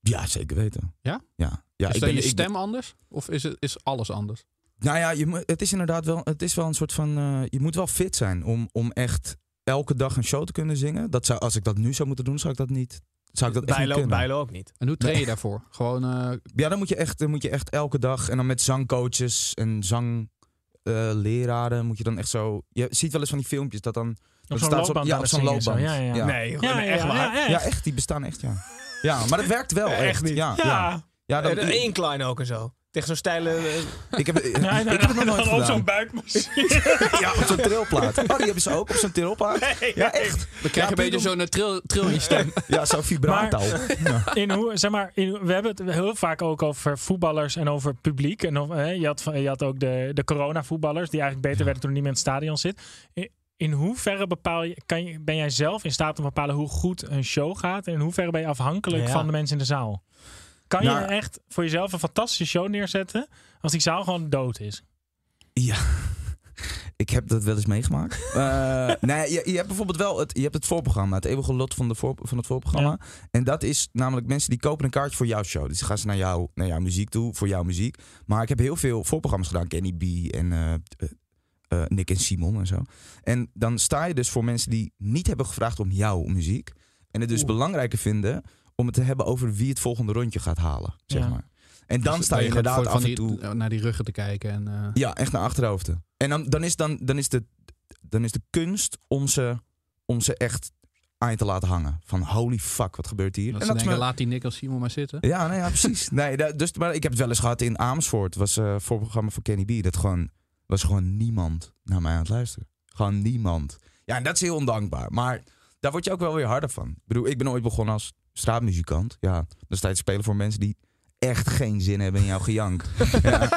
S6: Ja, zeker weten.
S7: Ja?
S6: Ja. ja
S7: is dan je
S6: ik-
S7: stem anders? Of is, het, is alles anders?
S6: Nou ja, je, moet- het is inderdaad wel, het is wel een soort van. eh, je moet wel fit zijn om, om echt elke dag een show te kunnen zingen. Dat zou, als ik dat nu zou moeten doen, zou ik dat niet. Zou ik dat echt niet
S1: Bijlo,
S6: kunnen.
S1: Bijlo ook niet.
S7: En hoe train je
S6: Nee.
S7: daarvoor? Gewoon eh,
S6: Ja, dan moet, je echt, dan moet je echt elke dag. En dan met zangcoaches en zangleraren moet je dan echt zo. Je ziet wel eens van die filmpjes dat dan.
S8: Op
S6: dan
S8: zo'n
S6: staan ze
S8: loopband.
S6: ja,
S8: aan
S6: op
S8: het
S6: zo'n
S8: zingen en zo.
S6: loopband.
S8: Ja, ja, ja.
S1: Nee,
S8: Ja,
S1: echt
S8: ja,
S1: waar.
S8: ja,
S6: Ja,
S8: echt.
S6: echt, die bestaan echt, ja. Ja, maar dat werkt wel.
S1: Echt
S6: Echt,
S1: niet.
S6: Ja, ja.
S8: Ja.
S6: Ja, dan,
S1: Eh, de incline ook en zo. Tegen zo'n steile... eh,
S6: ik heb, ik,
S8: Ja, en
S6: ik heb het nog
S8: dan
S6: nooit
S8: op zo'n
S6: gedaan.
S8: buikmachine.
S6: Ja, op zo'n trilplaat. Oh, die hebben ze ook op zo'n trilplaat. ja, echt.
S7: Dan krijg je
S6: Ja,
S7: een beetje
S6: Pieter-
S7: zo'n eh, tril, tril in je stem.
S6: Ja, zo'n vibrato. Ja.
S8: in hoe, zeg maar, in- we hebben het heel vaak ook over voetballers en over publiek. En over, hè, je, had, van- je had ook de, de corona-voetballers, die eigenlijk beter werden toen er niemand in het stadion zit. In, in hoeverre bepaal je, kan je, ben jij zelf in staat om te bepalen hoe goed een show gaat? En in hoeverre ben je afhankelijk
S1: Ja.
S8: van de mensen in de zaal? Kan je
S6: Nou-
S8: echt voor jezelf een fantastische show neerzetten als die zaal gewoon dood is?
S6: Ik heb dat wel eens meegemaakt. Eh, nee, je, je hebt bijvoorbeeld wel het, je hebt het voorprogramma. Het eeuwige lot van, de voor, van het voorprogramma. En dat is namelijk mensen die kopen een kaartje voor jouw show. Dus dan gaan ze naar, jou, naar jouw muziek toe, voor jouw muziek. Maar ik heb heel veel voorprogramma's gedaan. Kenny B en eh, eh, eh, Nick en Simon en zo. En dan sta je dus voor mensen die niet hebben gevraagd om jouw muziek. En het dus belangrijker vinden om het te hebben over wie het volgende rondje gaat halen, zeg
S8: Ja.
S6: maar. En dan
S7: Dus
S6: sta je
S7: gaat
S6: inderdaad
S7: voor- van
S6: af en
S7: die-
S6: toe...
S7: Naar die ruggen te kijken. En, eh,
S6: Ja, echt naar achterhoofden. En dan, dan, is, dan, dan, is, de, dan is de kunst om ze, om ze echt aan je te laten hangen. Van holy fuck, wat gebeurt hier?
S7: dat
S6: en
S7: ze denken,
S6: me-
S7: laat die Nick als Simon maar zitten.
S6: ja, nee, ja, precies. Nee, dat, dus, maar ik heb het wel eens gehad in Amersfoort. was eh voorprogramma voor Kenny B. Dat gewoon, was gewoon niemand naar mij aan het luisteren. Gewoon niemand. Ja, en dat is heel ondankbaar. Maar daar word je ook wel weer harder van. Ik bedoel, ik ben ooit begonnen als straatmuzikant. Ja, dan sta je te spelen voor mensen die echt geen zin hebben in jouw gejank. ja.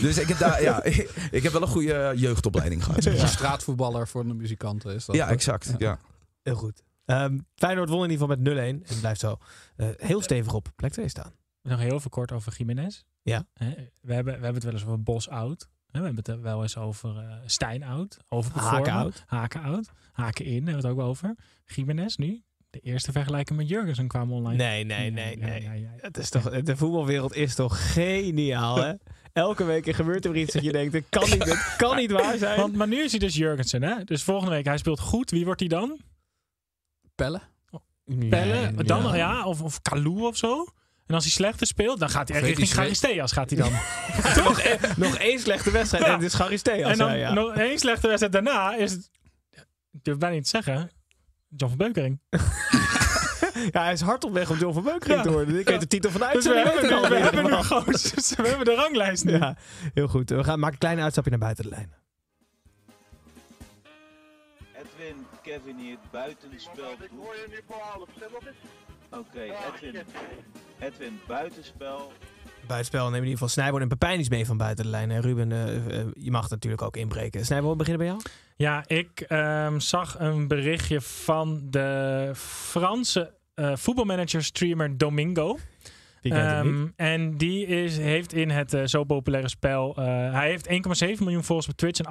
S6: dus ik heb, daar, ja, ik, heb wel een goede jeugdopleiding gehad. zeg
S7: Een
S6: maar.
S7: straatvoetballer voor de muzikanten is dat.
S6: Ja, exact. Ja.
S1: Heel goed. Ehm Feyenoord won in ieder geval met 0-1 en blijft zo eh, heel stevig op plek 2 staan.
S8: Nog heel even kort over Jiménez.
S1: Ja.
S8: Hè, We, hebben, we hebben het wel eens over Bos oud. Hè, We hebben het eh, wel eens over eh Stijn oud. Over
S1: Haken oud.
S8: Haken oud. Haken in hebben we het ook wel over. Jiménez nu. De eerste vergelijking met Jurgensen kwam online.
S1: Nee, nee,
S8: Ja,
S1: nee,
S8: ja,
S1: nee.
S8: ja, ja, ja.
S1: Het is toch, de voetbalwereld is toch geniaal, hè? Elke week er gebeurt er iets dat je denkt, het kan niet, het kan niet waar zijn.
S8: Want, maar nu is hij dus Jurgensen, hè? Dus volgende week, hij speelt goed. Wie wordt hij dan?
S7: Pellen.
S8: Pelle?
S7: nee,
S8: dan,
S7: ja.
S8: ja. of, of Kalou of zo? En als hij slechter speelt, dan gaat hij echt
S7: Weet
S8: richting
S7: die Zwee-
S8: Charisteas, gaat hij dan.
S1: nog, e- nog één slechte wedstrijd en
S8: Ja.
S1: het is Garisteas.
S8: en dan
S1: ja, ja.
S8: nog één slechte wedstrijd daarna is het... Ik durf bijna niet te zeggen. John van Beukering.
S1: Ja, hij is hard op weg om John van Beukering
S8: Ja.
S1: te worden. Ik weet de titel van de
S8: Dus we
S1: uitzending
S8: hebben,
S1: ook al
S8: nu, we,
S1: in
S8: hebben nu
S1: ieder geval.
S8: gewoon, dus we hebben de ranglijst nu.
S1: Ja, heel goed. We gaan maken een kleine uitstapje naar buiten de lijn.
S9: Edwin, Kevin hier, het buitenspel. doet- Oké, Edwin. Edwin, buitenspel.
S1: Buitenspel nemen in ieder geval Snijboon en Pepijn iets mee van buiten de lijn. En Ruben, eh, eh, je mag natuurlijk ook inbreken. Snijboon, we beginnen bij jou.
S8: Ja, ik ehm, zag een berichtje van de Franse eh, voetbalmanager-streamer Domingo.
S1: Die kent het niet.
S8: Ehm, en die is, heeft in het eh, zo populaire spel. eh, hij heeft 1,7 miljoen volgers op Twitch en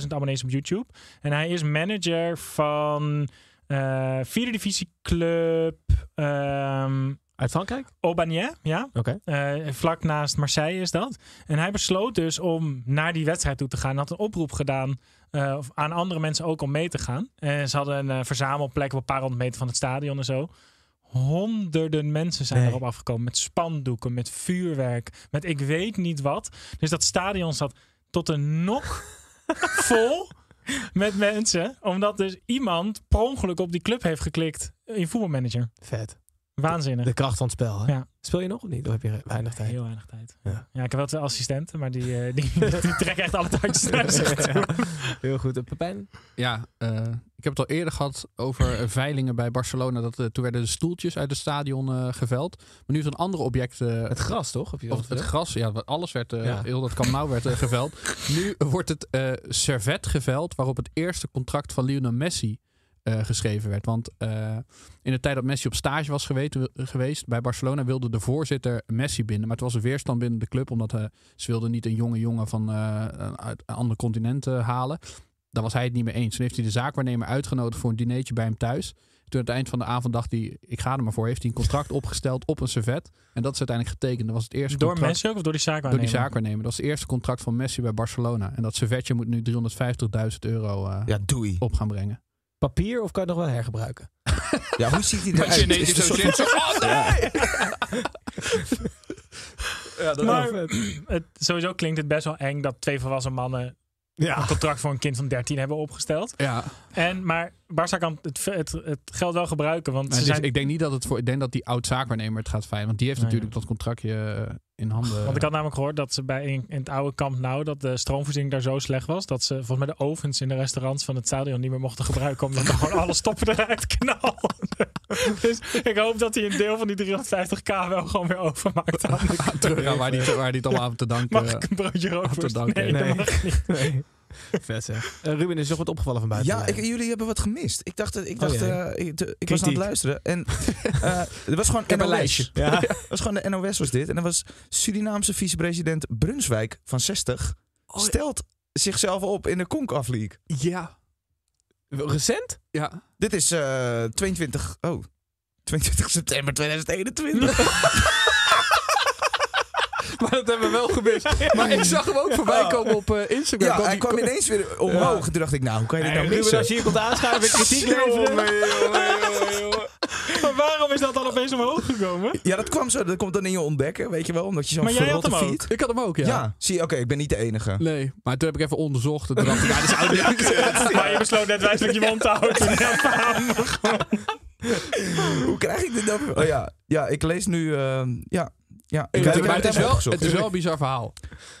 S8: 800.000 abonnees op YouTube. En hij is manager van eh vierde divisie club ehm
S1: Uit Frankrijk?
S8: Aubagnet. Ja?
S1: Oké.
S8: Eh, vlak naast Marseille is dat. En hij besloot dus om naar die wedstrijd toe te gaan. Hij had een oproep gedaan eh, of aan andere mensen ook om mee te gaan. En ze hadden een eh, verzamelplek op een paar honderd meter van het stadion en zo. Honderden mensen zijn
S1: Nee.
S8: erop afgekomen. Met spandoeken, met vuurwerk, met ik weet niet wat. Dus dat stadion zat tot een nok vol met mensen. Omdat dus iemand per ongeluk op die club heeft geklikt in voetbalmanager.
S1: Vet.
S8: Waanzinnig.
S1: De kracht van het spel, hè?
S8: Ja.
S1: Speel je nog of niet? Of heb je weinig tijd?
S8: Heel weinig tijd.
S1: Ja.
S8: Ja. ik heb wel twee assistenten, maar die, eh, die, die trekken echt alle touwtjes naar Dus zich toe.
S1: Heel goed. Eh, Pepijn?
S7: Ja, eh, ik heb het al eerder gehad over eh, veilingen bij Barcelona. Dat, eh, toen werden de stoeltjes uit het stadion eh, geveld. Maar nu is een ander object... eh,
S1: Het gras, toch? Heb je eh?
S7: of het gras, ja, wat- alles werd, eh,
S1: Ja.
S7: heel dat Camp Nou werd eh, geveld. Nu wordt het eh, servet geveld, waarop het eerste contract van Lionel Messi eh, geschreven werd. Want eh, in de tijd dat Messi op stage was geweest, geweest bij Barcelona, wilde de voorzitter Messi binden. Maar het was een weerstand binnen de club, omdat eh, ze wilden niet een jonge jongen van eh, een- uit een ander continent eh, halen. Daar was hij het niet mee eens. Toen heeft hij de zaakwaarnemer uitgenodigd voor een dinertje bij hem thuis. Toen aan het eind van de avond dacht hij, ik ga er maar voor. Heeft hij een contract opgesteld op een servet. En dat is uiteindelijk getekend. Dat was het eerste
S8: Door
S7: contract.
S8: mensen ook of door die zaak
S7: Door die zaakwaarnemer. Dat is het eerste contract van Messi bij Barcelona. En dat servetje moet nu 350.000 euro eh,
S6: Ja, doei.
S7: op gaan brengen.
S1: Papier of kan je het nog wel hergebruiken?
S6: Ja, hoe ziet hij eruit? Is het een soort-
S8: Maar het, sowieso klinkt het best wel eng dat twee volwassen mannen een
S1: ja.
S8: contract voor een kind van 13 hebben opgesteld.
S7: Ja,
S8: En, maar Barça kan het, het, het geld wel gebruiken, want
S7: maar
S8: ze
S7: het is-
S8: zijn...
S7: dus ik denk niet dat het voor. Ik denk dat die oud zaakwaarnemer het gaat fijn. Want die heeft
S8: Nou ja.
S7: natuurlijk dat contractje eh, in handen.
S8: Want ik had namelijk gehoord dat ze bij in, in het oude kamp nou dat de stroomvoorziening daar zo slecht was dat ze volgens mij de ovens in de restaurants van het stadion niet meer mochten gebruiken omdat er gewoon alle stoppen eruit knalden. dus ik hoop dat hij een deel van die 350k wel gewoon weer overmaakt. aan de club.
S7: terug aan waar die, waar die het allemaal aan te danken. eh.
S8: Mag ik een broodje rookworst?
S7: dank,
S8: Nee,
S7: hè?
S8: dat
S1: Nee.
S8: mag niet.
S1: Nee. Vet zeg. Eh, Ruben, is nog wat opgevallen van buiten?
S6: Ja,
S1: de
S6: ik,
S1: lijn?
S6: jullie hebben wat gemist. Ik dacht, dat- ik,
S1: Oh,
S6: dacht
S1: jee.
S6: eh, ik, de- ik was aan
S1: Kritiek.
S6: het luisteren. En eh er was gewoon
S7: heb een
S6: NOS.
S7: lijstje.
S1: Ja.
S6: Het was gewoon de NOS was dit. En er was Surinaamse vicepresident Brunswijk van 60. Stelt zichzelf op in de Concaf League.
S7: Ja.
S1: Recent?
S7: Ja.
S6: Dit is eh 22... Oh, 22 september 2021.
S7: Maar dat hebben we wel gemist. Maar ik zag hem ook voorbij komen op eh, Instagram.
S6: ja,
S7: Kwam
S6: hij
S7: die-
S6: kwam ineens weer omhoog. Toen dacht ik, nou, hoe kan je dit
S1: Nee,
S6: nou
S1: Ruben,
S6: missen?
S1: als je hier komt aanschuiven en kritiek leveren.
S8: Maar waarom is dat dan opeens omhoog gekomen?
S6: Ja, dat kwam zo. Dat komt dan in je ontdekken, weet je wel. Omdat je zo'n
S8: Maar jij had
S6: verrotte
S8: hem ook.
S6: feed.
S7: Ik had hem ook, ja.
S6: Ja, zie je, oké, ik ben niet de enige.
S7: Nee, maar toen heb ik even onderzocht. En toen dacht ik, ja, dit is oude
S8: Maar je besloot net wijselijk je mond te houden.
S6: Hoe krijg ik dit dan? Oh ja, ja ik lees nu... ehm, ja, ja. Ik,
S7: Maar
S6: heb
S7: het, is
S6: even
S7: wel,
S6: opgezocht.
S7: het is wel een bizar verhaal.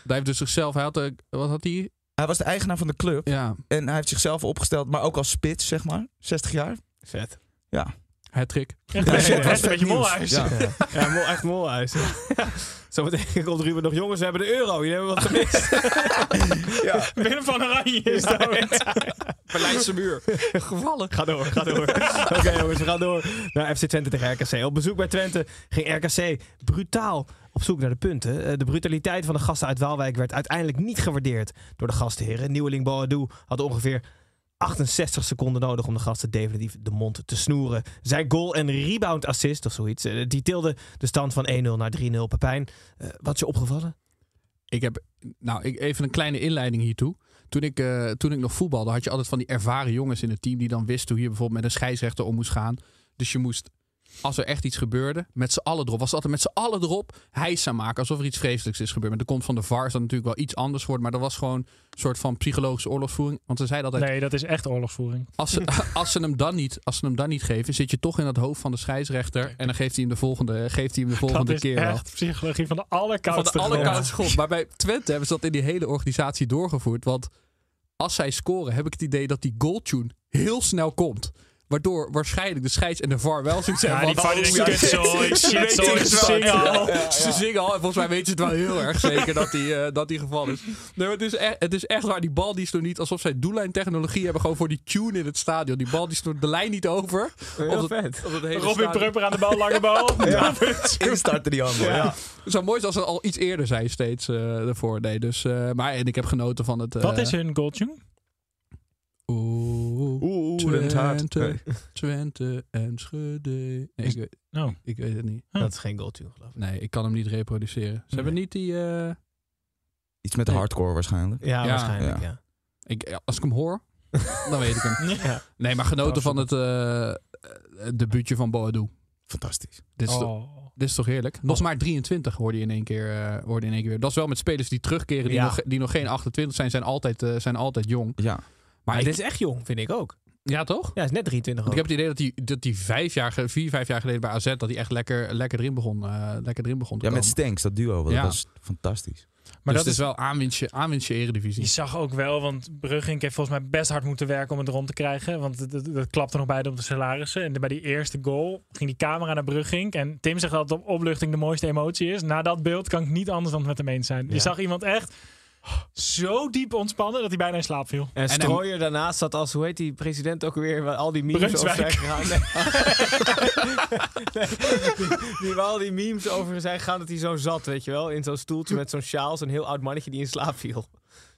S7: Hij heeft dus zichzelf, hij had, eh, wat had hij?
S6: Hij was de eigenaar van de club.
S7: Ja,
S6: En hij heeft zichzelf opgesteld, maar ook als spits, zeg maar. 60 jaar.
S1: Vet.
S7: hattrick.
S6: Ja,
S8: Echt
S6: shit,
S8: een
S6: was
S8: beetje
S6: vet nieuws.
S8: molhuis.
S6: Ja.
S1: Ja, mol, echt molhuis. Ja. Zometeen komt Ruben nog. Jongens, we hebben de euro. Jullie hebben wat gemist.
S6: Ja.
S8: Binnen van Oranje is dat.
S1: Berlijnse muur. Gevallen. Ga door, ga door. Oké jongens, we gaan door naar FC Twente tegen RKC. Op bezoek bij Twente ging RKC brutaal op zoek naar de punten. Eh, De brutaliteit van de gasten uit Waalwijk werd uiteindelijk niet gewaardeerd door de gastheren. Nieuweling Boadu had ongeveer 68 seconden nodig om de gasten definitief de mond te snoeren. Zijn goal en rebound assist of zoiets, eh, die tilde de stand van 1-0 naar 3-0. Pepijn, eh, wat is je opgevallen?
S7: Ik heb, nou, ik, even een kleine inleiding hiertoe. Toen ik, eh, toen ik nog voetbalde, had je altijd van die ervaren jongens in het team die dan wisten hoe je bijvoorbeeld met een scheidsrechter om moest gaan. Dus je moest, als er echt iets gebeurde, met z'n allen erop. Was het altijd met z'n allen erop hijsa maken, alsof er iets vreselijks is gebeurd. Met de komst van de VAR is dat natuurlijk wel iets anders wordt, maar dat was gewoon een soort van psychologische oorlogsvoering. Want ze zeiden altijd,
S8: Nee, dat is echt oorlogsvoering.
S7: als ze, als, ze hem dan niet, als ze hem dan niet geven, zit je toch in dat hoofd van de scheidsrechter. En dan geeft hij hem de volgende, geeft hij hem de
S8: Dat
S7: volgende
S8: is
S7: keer wel.
S8: echt psychologie van de
S7: Van
S8: allerkoudste
S7: de allerkoudste
S8: grond.
S7: schop. Maar bij Twente hebben ze dat in die hele organisatie doorgevoerd. Want als zij scoren, heb ik het idee dat die goaltune heel snel komt. Waardoor waarschijnlijk de scheids en de VAR wel zoiets
S8: Ja,
S7: hebben.
S8: die
S7: Want-
S8: vader
S7: oh, ja,
S8: denkt, zo, ik
S7: ze
S8: shit
S7: weten
S8: zo, ik
S7: het wel.
S8: zing al.
S7: Ze zingen al en volgens mij weten ze het wel heel erg zeker dat die, eh, dat die geval is. Nee, maar het, is echt, het is echt waar, die bal die is nog niet alsof zij doellijntechnologie hebben gewoon voor die tune in het stadion. Die bal die is nog de lijn niet over. Omdat-
S1: vet.
S7: omdat het hele
S8: Robin
S7: stadion-
S8: Prupper aan de bal, lange bal. Ja.
S6: Instarten die handel, ja.
S7: Het zou mooi zijn als ze al iets eerder zijn steeds eh ervoor. Nee, dus, eh, maar en ik heb genoten van het... eh,
S8: Wat is hun goaltune?
S7: Oeh,
S6: Oeh, Twente.
S7: Twente,
S6: hard. Nee.
S7: Twente en Schudde. Nee, ik, weet-
S8: Nou,
S7: ik weet het niet.
S1: Dat is geen goaltune geloof ik.
S7: Nee, ik kan hem niet reproduceren. Ze hebben niet die... eh,
S6: Iets met de
S7: Nee.
S6: hardcore waarschijnlijk.
S1: Ja,
S7: Ja.
S1: waarschijnlijk ja.
S7: ik, ja, als ik hem hoor, dan weet ik hem.
S8: ja.
S7: Nee, maar genoten van het eh debuutje van Boadu.
S6: Fantastisch.
S7: Dit is, toch,
S8: Oh.
S7: dit is toch heerlijk? Nog maar 23 hoorde je in één keer. eh, hoorde je in één keer. Dat is wel met spelers die terugkeren, die,
S1: Ja.
S7: nog, die nog geen 28 zijn, zijn altijd, eh, zijn altijd jong.
S6: Ja.
S7: Maar
S1: Maar
S7: ik-
S1: dit is echt jong, vind ik ook.
S7: ja, toch?
S1: Ja, hij is net 23
S7: Want
S1: ook.
S7: ik heb het idee dat die, dat die vijf jaar, ge- vier, vijf jaar geleden bij AZ, dat hij echt lekker, lekker erin begon, eh, lekker erin begon te
S6: Ja, met
S7: komen.
S6: Stanks, dat duo. Dat
S7: Ja.
S6: was fantastisch.
S8: Maar
S7: dus
S8: dat
S7: het
S8: is
S7: is wel aanwinstje, aanwinstje eredivisie.
S8: Je zag ook wel, want Brugink heeft volgens mij best hard moeten werken om het rond te krijgen. Want het- het- dat klapte nog bij de- op de salarissen. En bij die eerste goal ging die camera naar Brugink. En Tim zegt dat het op opluchting de mooiste emotie is. Na dat beeld kan ik niet anders dan het met hem eens zijn. Je
S1: Ja.
S8: zag iemand echt zo diep ontspannen dat hij bijna in slaap viel.
S1: En Strooier daarnaast zat als, hoe heet die president ook weer, waar al die memes over zijn
S8: Brunswijk.
S1: gegaan. Nee. Nee, die, die waar al die memes over zijn gegaan dat hij zo zat, weet je wel. In zo'n stoeltje met zo'n sjaal, zo'n heel oud mannetje die in slaap viel.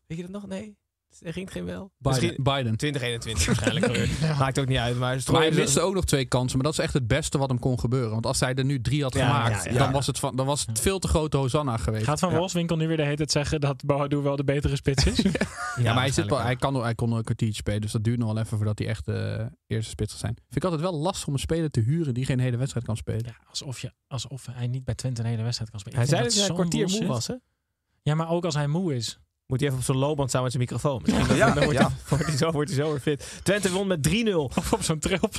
S1: Weet je dat nog? Nee? Er ging geen wel.
S7: Biden. Biden.
S1: 2021 waarschijnlijk. alweer. Maakt ook niet uit, maar
S7: Maar
S1: Strooier...
S7: hij miste ook nog twee kansen, maar dat is echt het beste wat hem kon gebeuren. Want als hij er nu drie had
S1: Ja,
S7: gemaakt,
S1: ja, ja.
S7: Dan, was het van, dan was het veel te grote Hosanna geweest.
S8: Gaat Van Wolfswinkel nu weer de hele tijd zeggen dat Boadu wel de betere spits is?
S1: Ja,
S7: ja, maar hij, zit wel, hij,
S1: waarschijnlijk
S7: kan, nog- hij kon nog een kwartiertje spelen, dus dat duurt nog wel even voordat hij echt de eerste spits gaat zijn. Vind ik altijd wel lastig om een speler te huren die geen hele wedstrijd kan spelen.
S8: ja, alsof, je, alsof hij niet bij Twente een hele wedstrijd kan
S1: wel.
S8: spelen.
S1: Hij
S8: Ik
S1: zei
S8: vind
S1: dat hij een
S8: zo'n
S1: kwartier moe
S8: bullshit.
S1: was, hè?
S8: Ja, maar ook als hij moe is.
S1: Moet hij even op zo'n loopband staan met zijn microfoon. Misschien
S6: Ja,
S1: dan wordt,
S6: ja.
S1: Hij, wordt, hij zo, wordt hij zo weer fit. Twente won met 3-0
S8: Of op zo'n trail.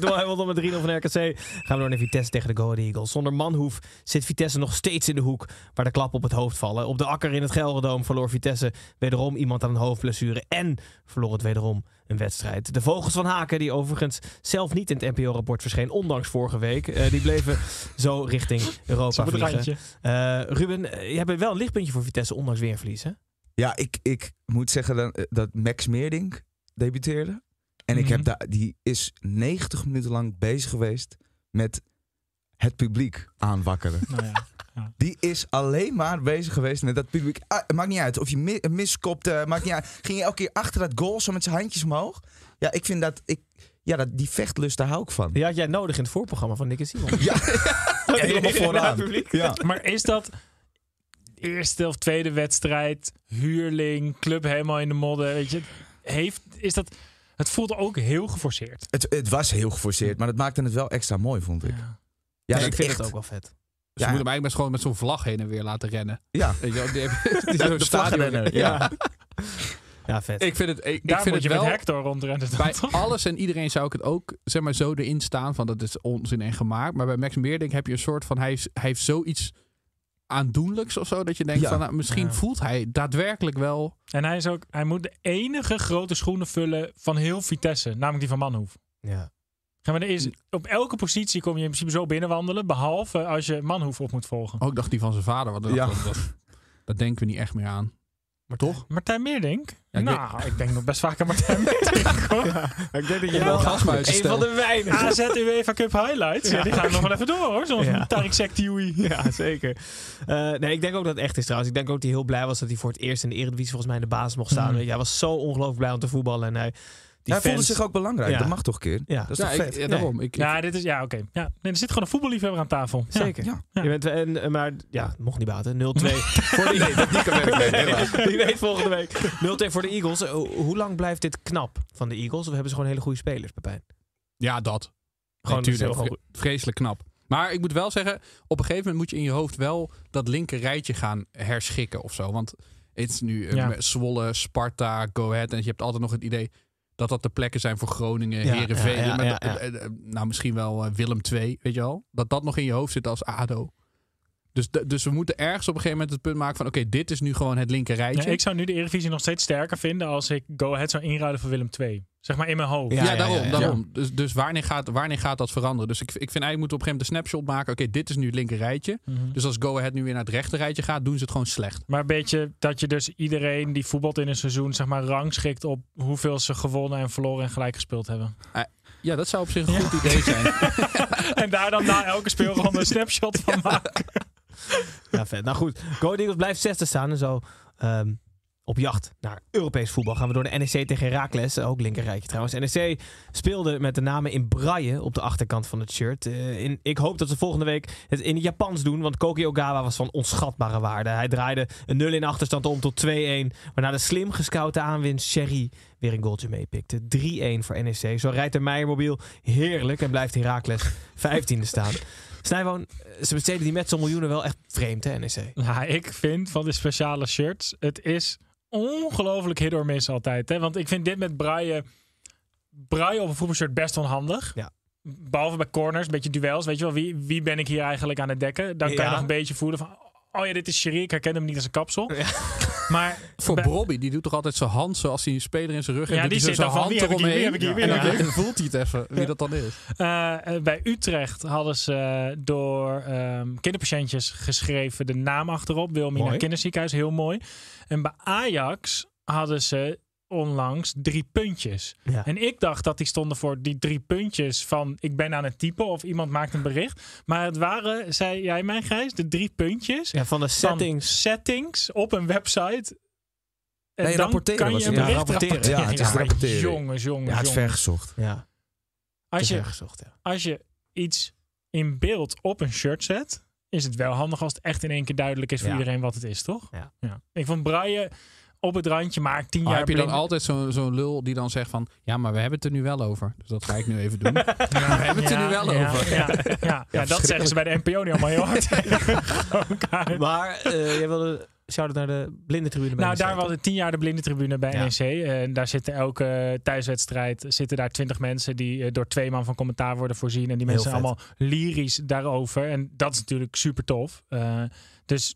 S1: Door hij won met 3-0 van RKC. Gaan we door naar Vitesse tegen de Go Ahead Eagles. Zonder Manhoef zit Vitesse nog steeds in de hoek waar de klappen op het hoofd vallen. Op de akker in het Gelderdoom verloor Vitesse wederom iemand aan een hoofdblessure. En verloor het wederom een wedstrijd. De Vogels van Haken, die overigens zelf niet in het NPO-rapport verscheen, ondanks vorige week. eh, die bleven zo richting Europa
S8: Op het
S1: vliegen.
S8: randje.
S1: Eh, Ruben, eh, je hebt wel een lichtpuntje voor Vitesse, ondanks weer verliezen.
S6: Ja, ik, ik moet zeggen dan, eh, dat Max Meerdink debuteerde. En ik heb
S8: Mhm.
S6: daar, die is 90 minuten lang bezig geweest met het publiek aanwakkeren.
S8: Nou ja.
S6: Die is alleen maar bezig geweest met dat publiek. Ah, het maakt niet uit of je mi- eh, miskopte, maakt niet uit. Ging je elke keer achter dat goal zo met zijn handjes omhoog? Ja, ik vind dat, ik, ja, dat die vechtlust, daar hou ik van.
S1: Die had jij nodig in het voorprogramma van Nick en Simon.
S6: Ja, helemaal
S1: Ja,
S6: vooraan.
S1: publiek.
S6: Ja.
S8: Maar is dat eerste of tweede wedstrijd, huurling, club helemaal in de modder, weet je? Heeft, is dat... Het voelde ook heel geforceerd.
S6: Het, het was heel geforceerd, maar dat maakte het wel extra mooi, vond ik.
S8: Ja.
S6: Ja,
S1: Nee,
S6: dat
S1: ik vind
S6: echt.
S1: het ook wel vet.
S7: Ze
S6: Ja.
S7: moeten Dus hem eigenlijk best gewoon met zo'n vlag heen en weer laten rennen.
S6: Ja.
S7: Weet je wel, die hebben- die
S6: De,
S7: zo'n
S6: de
S7: stadion-
S6: vlaggenrenner, ja.
S1: Ja, ja vet.
S7: Ik vind het, ik, ik
S8: Daar
S7: vind
S8: moet
S7: het
S8: je
S7: wel...
S8: met Hector rondrennen.
S7: bij
S8: toch?
S7: alles en iedereen zou ik het ook zeg maar, zo erin staan van dat is onzin en gemaakt. Maar bij Max Meerdink heb je een soort van, hij, heeft- hij heeft zoiets aandoenlijks of zo. Dat je denkt
S6: Ja.
S7: van, nou, misschien
S8: Ja.
S7: voelt hij daadwerkelijk wel...
S8: En hij, is ook, hij moet de enige grote schoenen vullen van heel Vitesse. Namelijk die van Manhoef.
S1: Ja.
S8: Ja, maar er is, op elke positie kom je in principe zo binnenwandelen. Behalve als je Manhoef op moet volgen.
S7: Oh, ik dacht die van zijn vader. Wat
S6: Ja.
S7: dat, was. dat denken we niet echt meer aan. Maar toch?
S8: Martijn Meerdink?
S7: ik
S8: nou, ik denk nog best vaak aan Martijn Meerdink. hoor.
S1: Ik denk dat
S7: je wel gasbuis
S1: Een
S7: stelt.
S1: van de weinigen.
S8: AZ UEFA E Cup Highlights. Ja, die gaan we nog wel even door hoor. Zoals
S1: Ja.
S8: Tarik Sektiui.
S1: Ja, zeker. Eh, nee, ik denk ook dat het echt is trouwens. Ik denk ook dat hij heel blij was dat hij voor het eerst in de Eredivisie volgens mij in de baas mocht staan.
S8: Mm.
S1: Weet je, Hij was zo ongelooflijk blij om te voetballen. En hij, die
S6: Hij voelde
S1: fans-
S6: zich ook belangrijk.
S1: Ja.
S6: Dat mag toch een keer?
S1: Ja,
S6: Dat is
S7: ja,
S6: toch
S7: ik-
S6: vet?
S7: ja, daarom. Ik, ik-
S8: Ja, dit is, ja oké. Ja, nee, er zit gewoon een voetballiefhebber aan tafel. Ja.
S1: zeker.
S6: Ja.
S8: Ja.
S1: Je bent, en, en- maar ja, mocht niet baten. 0-2. voor de,
S6: Die kan weg, nee, helaas.
S1: Wie weet volgende week. 0-2 voor de Eagles. Eh, ho- hoe lang blijft dit knap van de Eagles? Of hebben ze gewoon hele goede spelers, Pepijn?
S7: ja, dat.
S1: Gewoon
S7: Natuurlijk.
S1: heel goed.
S7: Vreselijk knap. Maar ik moet wel zeggen, op een gegeven moment moet je in je hoofd wel dat linker rijtje gaan herschikken of zo. Want het is nu eh,
S8: Ja.
S7: met Zwolle, Sparta, Go Ahead. En je hebt altijd nog het idee dat dat de plekken zijn voor Groningen,
S1: Ja,
S7: Heerenveen.
S1: ja, ja,
S7: maar
S1: ja,
S7: dat-
S1: ja.
S7: eh, eh, Nou, misschien wel eh, Willem II, weet je wel. Dat dat nog in je hoofd zit als ADO. Dus, d- dus we moeten ergens op een gegeven moment het punt maken van... oké, dit is nu gewoon het linker
S8: Ja,
S7: rijtje.
S8: ik zou nu de Eredivisie nog steeds sterker vinden als ik Go Ahead zou inruilen voor Willem II. Zeg maar in mijn hoofd.
S1: Ja,
S7: Ja, daarom.
S1: ja, ja.
S7: daarom. Dus, dus wanneer, gaat, wanneer gaat dat veranderen? Dus ik, ik vind eigenlijk moeten we op een gegeven moment de snapshot maken. Oké, dit is nu het linker rijtje.
S8: Mhm.
S7: Dus als Go Ahead nu weer naar het rechter rijtje gaat, doen ze het gewoon slecht.
S8: Maar een beetje dat je dus iedereen die voetbalt in een seizoen zeg maar rangschikt op hoeveel ze gewonnen en verloren en gelijk gespeeld hebben.
S7: Ja, dat zou op zich een goed idee zijn.
S8: en daar dan na elke speelronde een snapshot van maken.
S1: Ja, vet. Nou goed, Go Ahead Eagles blijft zesde staan en zo ehm, op jacht naar Europees voetbal. Gaan we door de NEC tegen Heracles, ook linkerrijtje trouwens. NEC speelde met de namen in braille op de achterkant van het shirt. Eh, in, ik hoop dat ze volgende week het in het Japans doen, want Koki Ogawa was van onschatbare waarde. Hij draaide een 0 in achterstand om tot 2-1, waarna de slim gescouten aanwinst Sherry weer een goaltje meepikte. 3-1 voor NEC. Zo rijdt de Meijermobiel heerlijk en blijft Heracles 15e staan. Snijwoon, ze besteden die Metzel miljoenen wel echt vreemd, hè, E NEC?
S8: Nou, ik vind van de speciale shirts, het is ongelooflijk hit or miss altijd. Hè? Want ik vind dit met braaien, braaien op een voetbalshirt best onhandig.
S1: Ja.
S8: Behalve bij corners, een beetje duels. Weet je wel, wie, wie ben ik hier eigenlijk aan het dekken? Dan kan
S1: Ja.
S8: je nog een beetje voelen van, oh ja, dit is Sherry, ik herken hem niet als een kapsel.
S1: Ja.
S8: Maar
S7: Voor
S8: bij-
S7: Bobby, die doet toch altijd zijn hand zo als hij een speler in zijn rug heeft.
S8: Ja,
S7: doet
S8: die
S7: hij zo
S8: zit dan
S7: zijn
S8: van,
S7: hand
S8: wie heb ik hier,
S7: eromheen.
S8: wie heb ik hier, wie
S7: En
S8: heb ik
S7: dan
S8: hier?
S7: voelt hij het even, wie dat dan is.
S8: Eh, eh, bij Utrecht hadden ze eh, door ehm, kinderpatiëntjes geschreven de naam achterop. Wilmina
S1: Mooi.
S8: Kinderziekenhuis, heel mooi. En bij Ajax hadden ze onlangs drie puntjes.
S1: Ja.
S8: En ik dacht dat die stonden voor die drie puntjes van ik ben aan het typen of iemand maakt een bericht. Maar het waren, zei jij mijn Gijs, de drie puntjes
S1: Ja, van de
S8: van
S1: settings.
S8: settings op een website. En
S6: Nee,
S8: dan
S6: rapporteren
S8: kan
S6: was
S8: je
S6: het.
S8: een
S1: Ja,
S8: bericht
S1: rapporteren.
S6: Ja, het is
S8: maar
S6: rapporteren.
S8: Jongens, jongens,
S6: Ja, het is
S8: jongens.
S6: vergezocht.
S1: Ja,
S8: Als je
S1: gezocht, ja.
S8: als je iets in beeld op een shirt zet, is het wel handig als het echt in één keer duidelijk is voor
S1: Ja.
S8: iedereen wat het is, toch?
S1: Ja.
S8: Ik vond Braille op het randje, maar tien
S7: Maar
S8: jaar
S7: heb je dan
S8: blind-
S7: altijd zo'n zo'n lul die dan zegt van... Ja, maar we hebben het er nu wel over. Dus dat ga ik nu even doen. we hebben het er nu wel
S8: ja,
S7: over.
S8: Ja, ja, ja. dat zeggen ze bij de NPO niet allemaal heel hard tegen elkaar.
S1: Maar eh, jij wilde shout-out naar de blinde tribune. bij
S8: Nou,
S1: NEC,
S8: daar was het tien jaar de blinde tribune bij
S1: Ja.
S8: NEC. Eh, En daar zitten elke eh, thuiswedstrijd zitten daar twintig mensen die eh, door twee man van commentaar worden voorzien. En die
S1: Heel
S8: mensen zijn
S1: vet.
S8: allemaal lyrisch daarover. En dat is natuurlijk super tof. Eh, dus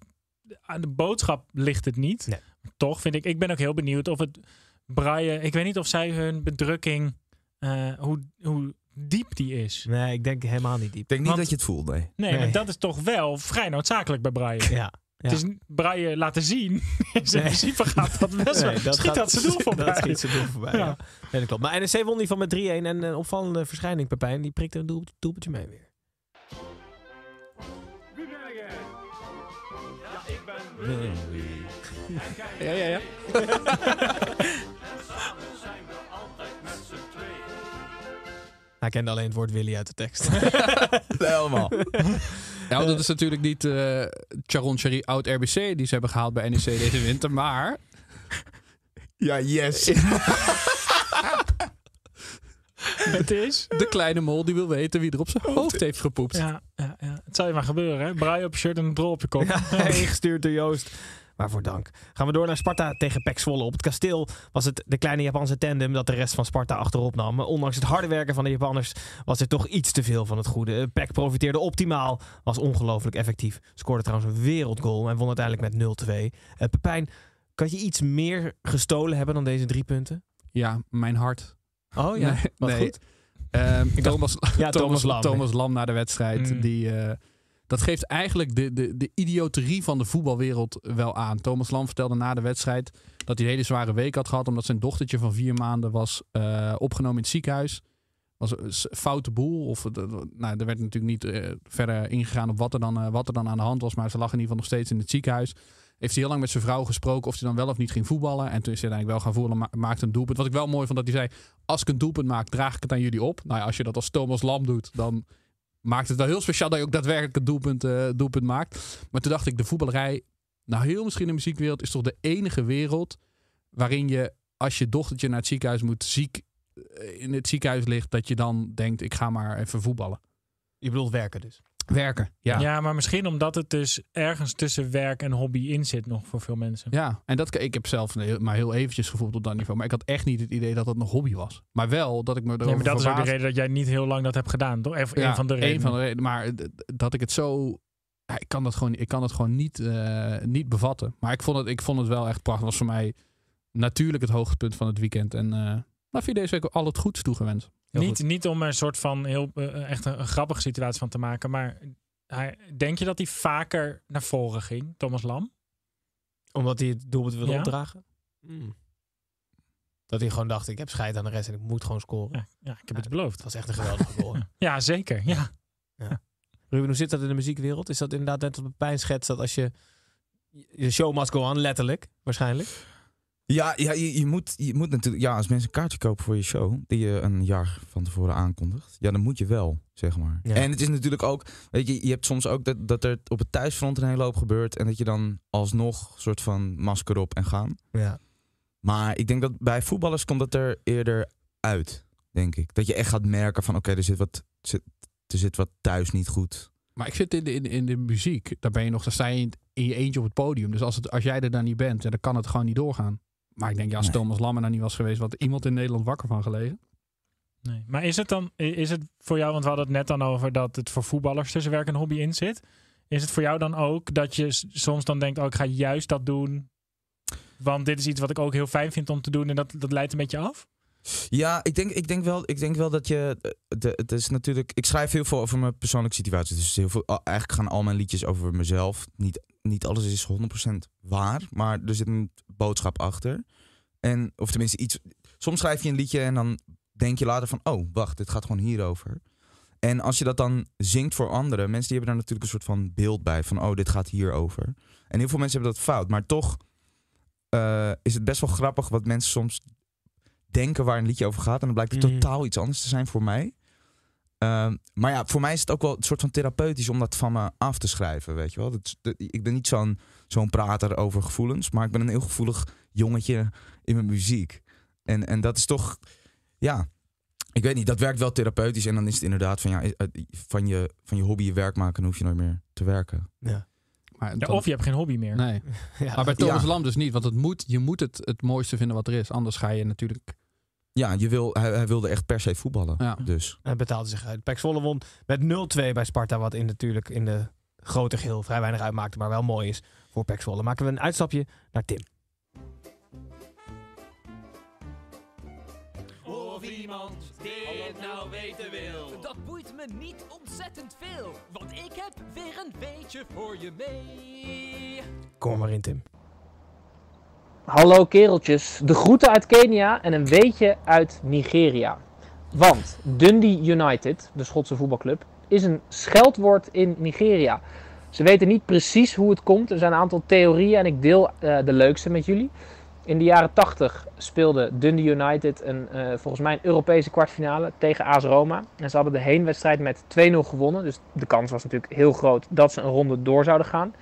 S8: aan de boodschap ligt het niet.
S1: Nee.
S8: Toch vind ik, ik ben ook heel benieuwd of het Braille, ik weet niet of zij hun bedrukking, eh, hoe, hoe diep die is.
S1: toch? Nee, ik denk helemaal niet diep.
S6: Ik denk niet
S8: Want-
S6: dat je het voelt, nee.
S8: Nee,
S1: Nee.
S8: maar dat is toch wel vrij noodzakelijk bij Braille.
S1: Ja. Ja.
S8: Het is n- Braille laten zien. is
S1: Nee.
S8: In principe gaat dat best wel.
S1: Nee,
S8: schiet
S1: gaat-
S8: dat ze doel voorbij.
S1: Dat schiet ze doel voorbij, ja.
S8: Ja.
S1: Nee, dat klopt. Maar NEC won die van met 3-1 en een opvallende verschijning, Pepijn. Die prikte een doel, doelpuntje mee weer.
S7: Ja, ja, ja.
S1: Hij kende alleen het woord Willy uit de tekst.
S6: Helemaal.
S7: Ja, want Nou, dat is natuurlijk niet eh, Charon Cherry oud RBC die ze hebben gehaald bij E NEC deze winter, maar
S6: Ja, yes.
S8: het is.
S7: De kleine mol die wil weten wie er op zijn hoofd heeft gepoept.
S8: Ja, ja, ja. Het zou je maar gebeuren, hè? Braai op je shirt en een drol op je kop.
S1: Ja, ingestuurd door Joost. Waarvoor dank. Gaan we door naar Sparta tegen Pek Zwolle. Op het kasteel was het de kleine Japanse tandem dat de rest van Sparta achterop nam. Maar ondanks het harde werken van de Japanners was er toch iets te veel van het goede. Pek profiteerde optimaal, was ongelooflijk effectief. Scoorde trouwens een wereldgoal en won uiteindelijk met 0-2. Eh, Pepijn, kan je iets meer gestolen hebben dan deze drie punten?
S7: Ja, mijn hart.
S1: Oh ja,
S7: Nee,
S1: wat
S7: nee.
S1: goed.
S7: Ehm, Thomas,
S1: Ja, Thomas
S7: Thomas,
S1: Lam.
S7: Thomas Lam na de wedstrijd.
S1: Mm.
S7: Die, eh, dat geeft eigenlijk de, de, de idioterie van de voetbalwereld wel aan. Thomas Lam vertelde na de wedstrijd dat hij een hele zware week had gehad. Omdat zijn dochtertje van vier maanden was eh, opgenomen in het ziekenhuis. Was een s- foute boel. Of, het- het- nou, er werd natuurlijk niet eh, verder ingegaan op wat er, dan, eh, wat er dan aan de hand was. Maar ze lag in ieder geval nog steeds in het ziekenhuis. Heeft hij heel lang met zijn vrouw gesproken of hij dan wel of niet ging voetballen. En toen is hij uiteindelijk wel gaan voetballen. ma- Maakte een doelpunt. Wat ik wel mooi vond dat hij zei als ik een doelpunt maak, draag ik het aan jullie op. Nou ja, als je dat als Thomas Lam doet, dan maakt het wel heel speciaal dat je ook daadwerkelijk een doelpunt, eh, doelpunt maakt. Maar toen dacht ik, de voetballerij, nou heel misschien de muziekwereld, is toch de enige wereld waarin je, als je dochtertje naar het ziekenhuis moet, ziek eh, in het ziekenhuis ligt, dat je dan denkt, ik ga maar even voetballen.
S1: Je bedoelt werken dus.
S7: Werken, ja. ja.
S8: Ja, maar misschien omdat het dus ergens tussen werk en hobby in zit nog voor veel mensen.
S7: en dat, ik heb zelf heel- maar heel eventjes gevoeld op dat niveau. Maar ik had echt niet het idee dat dat een hobby was. Maar wel dat ik me erover
S8: Nee, maar dat is ook de
S7: verbaasde.
S8: reden dat jij niet heel lang dat hebt gedaan. Toch? Of
S7: Ja,
S8: een van de redenen.
S7: één van de redenen. Maar d- d- dat ik het zo. ja, ik kan dat gewoon, ik kan dat gewoon niet, eh, niet bevatten. Maar ik vond, het, ik vond het wel echt prachtig. Het was voor mij natuurlijk het hoogtepunt van het weekend. En eh nou, vind je deze week al het goeds toegewenst. Heel
S8: Niet,
S7: goed.
S8: niet om er een soort van heel eh, echt een, een grappige situatie van te maken, maar hij, denk je dat hij vaker naar voren ging, Thomas Lam?
S1: Omdat hij het doelpunt wilde
S8: Ja.
S1: opdragen? Hmm. Dat hij gewoon dacht, ik heb scheid aan de rest en ik moet gewoon scoren.
S8: Ja, ja ik heb het beloofd.
S1: Oh, Het was echt een geweldige goal. hè.
S8: Ja, zeker. Ja.
S1: Ruben, hoe zit dat in de muziekwereld? Is dat inderdaad net wat Pepijn schetst, dat als je... Je show must go on, letterlijk, waarschijnlijk.
S6: Ja, ja je, je, moet, je moet natuurlijk. Ja, als mensen een kaartje kopen voor je show. die je een jaar van tevoren aankondigt. ja, dan moet je wel, zeg maar.
S1: Ja.
S6: En het is natuurlijk ook. Weet je, je hebt soms ook dat, dat er op het thuisfront een hele hoop gebeurt. en dat je dan alsnog soort van masker op en gaan.
S1: Ja.
S6: Maar ik denk dat bij voetballers komt dat er eerder uit, denk ik. Dat je echt gaat merken van: oké, er, zit wat, zit, er zit wat thuis niet goed.
S7: Maar ik zit in de, in, de- in de muziek. Daar ben je nog, dan sta je in, in je eentje op het podium. Dus als, het, als jij er dan niet bent, ja, dan kan het gewoon niet doorgaan. Maar ik denk, ja, als
S6: Nee.
S7: Thomas Lam er dan niet was geweest, had iemand in Nederland wakker van gelegen.
S8: Nee. Maar is het dan, is het voor jou, want we hadden het net dan over dat het voor voetballers tussen werk en hobby in zit. Is het voor jou dan ook dat je s- soms dan denkt, oh, ik ga juist dat doen, want dit is iets wat ik ook heel fijn vind om te doen en dat, dat leidt een beetje af?
S6: Ja, ik denk, ik denk, wel, ik denk wel dat je. eh, De, het is natuurlijk. Ik schrijf heel veel over mijn persoonlijke situatie. Dus heel veel, al- eigenlijk gaan al mijn liedjes over mezelf. Niet, niet alles is 100% waar, maar er zit een boodschap achter. En, of tenminste iets. Soms schrijf je een liedje en dan denk je later van: oh, wacht, dit gaat gewoon hierover. En als je dat dan zingt voor anderen, mensen die hebben daar natuurlijk een soort van beeld bij. Van: oh, dit gaat hierover. En heel veel mensen hebben dat fout. Maar toch eh, is het best wel grappig wat mensen soms denken waar een liedje over gaat. En dan blijkt het
S1: Mhm.
S6: totaal iets anders te zijn voor mij. Ehm, maar ja, voor mij is het ook wel een soort van therapeutisch om dat van me af te schrijven, weet je wel. Dat, dat- ik ben niet zo'n zo'n prater over gevoelens, maar ik ben een heel gevoelig jongetje in mijn muziek. En, en dat is toch, ja, ik weet niet, dat werkt wel therapeutisch. En dan is het inderdaad van, ja, eh, van je, van je hobby je werk maken, dan hoef je nooit meer te werken.
S7: Maar
S8: Ja,
S7: dan-
S8: of je hebt geen hobby meer.
S7: Nee.
S1: Ja.
S7: Maar bij Thomas
S6: Ja.
S7: Lam dus niet. Want het moet, je moet het het mooiste vinden wat er is. Anders ga je natuurlijk...
S6: Ja, je wil, hij, hij wilde echt per se voetballen,
S7: Ja.
S6: dus...
S1: Hij Eh, betaalde zich uit. Pek Zwolle won met 0-2 bij Sparta, wat in natuurlijk in de grote geheel vrij weinig uitmaakte, maar wel mooi is voor Pek Zwolle. Maken we een uitstapje naar Tim.
S4: Of iemand dit nou weten wil.
S2: Dat boeit me niet ontzettend veel, want ik heb weer een beetje voor je mee.
S1: Kom er maar in, Tim.
S10: Hallo kereltjes, de groeten uit Kenia en een weetje uit Nigeria. Want Dundee United, de Schotse voetbalclub, is een scheldwoord in Nigeria. Ze weten niet precies hoe het komt. Er zijn een aantal theorieën en ik deel eh, de leukste met jullie. In de jaren 80 speelde Dundee United een, eh, volgens mij een Europese kwartfinale tegen AS Roma. En ze hadden de heenwedstrijd met 2-0 gewonnen. Dus de kans was natuurlijk heel groot dat ze een ronde door zouden gaan.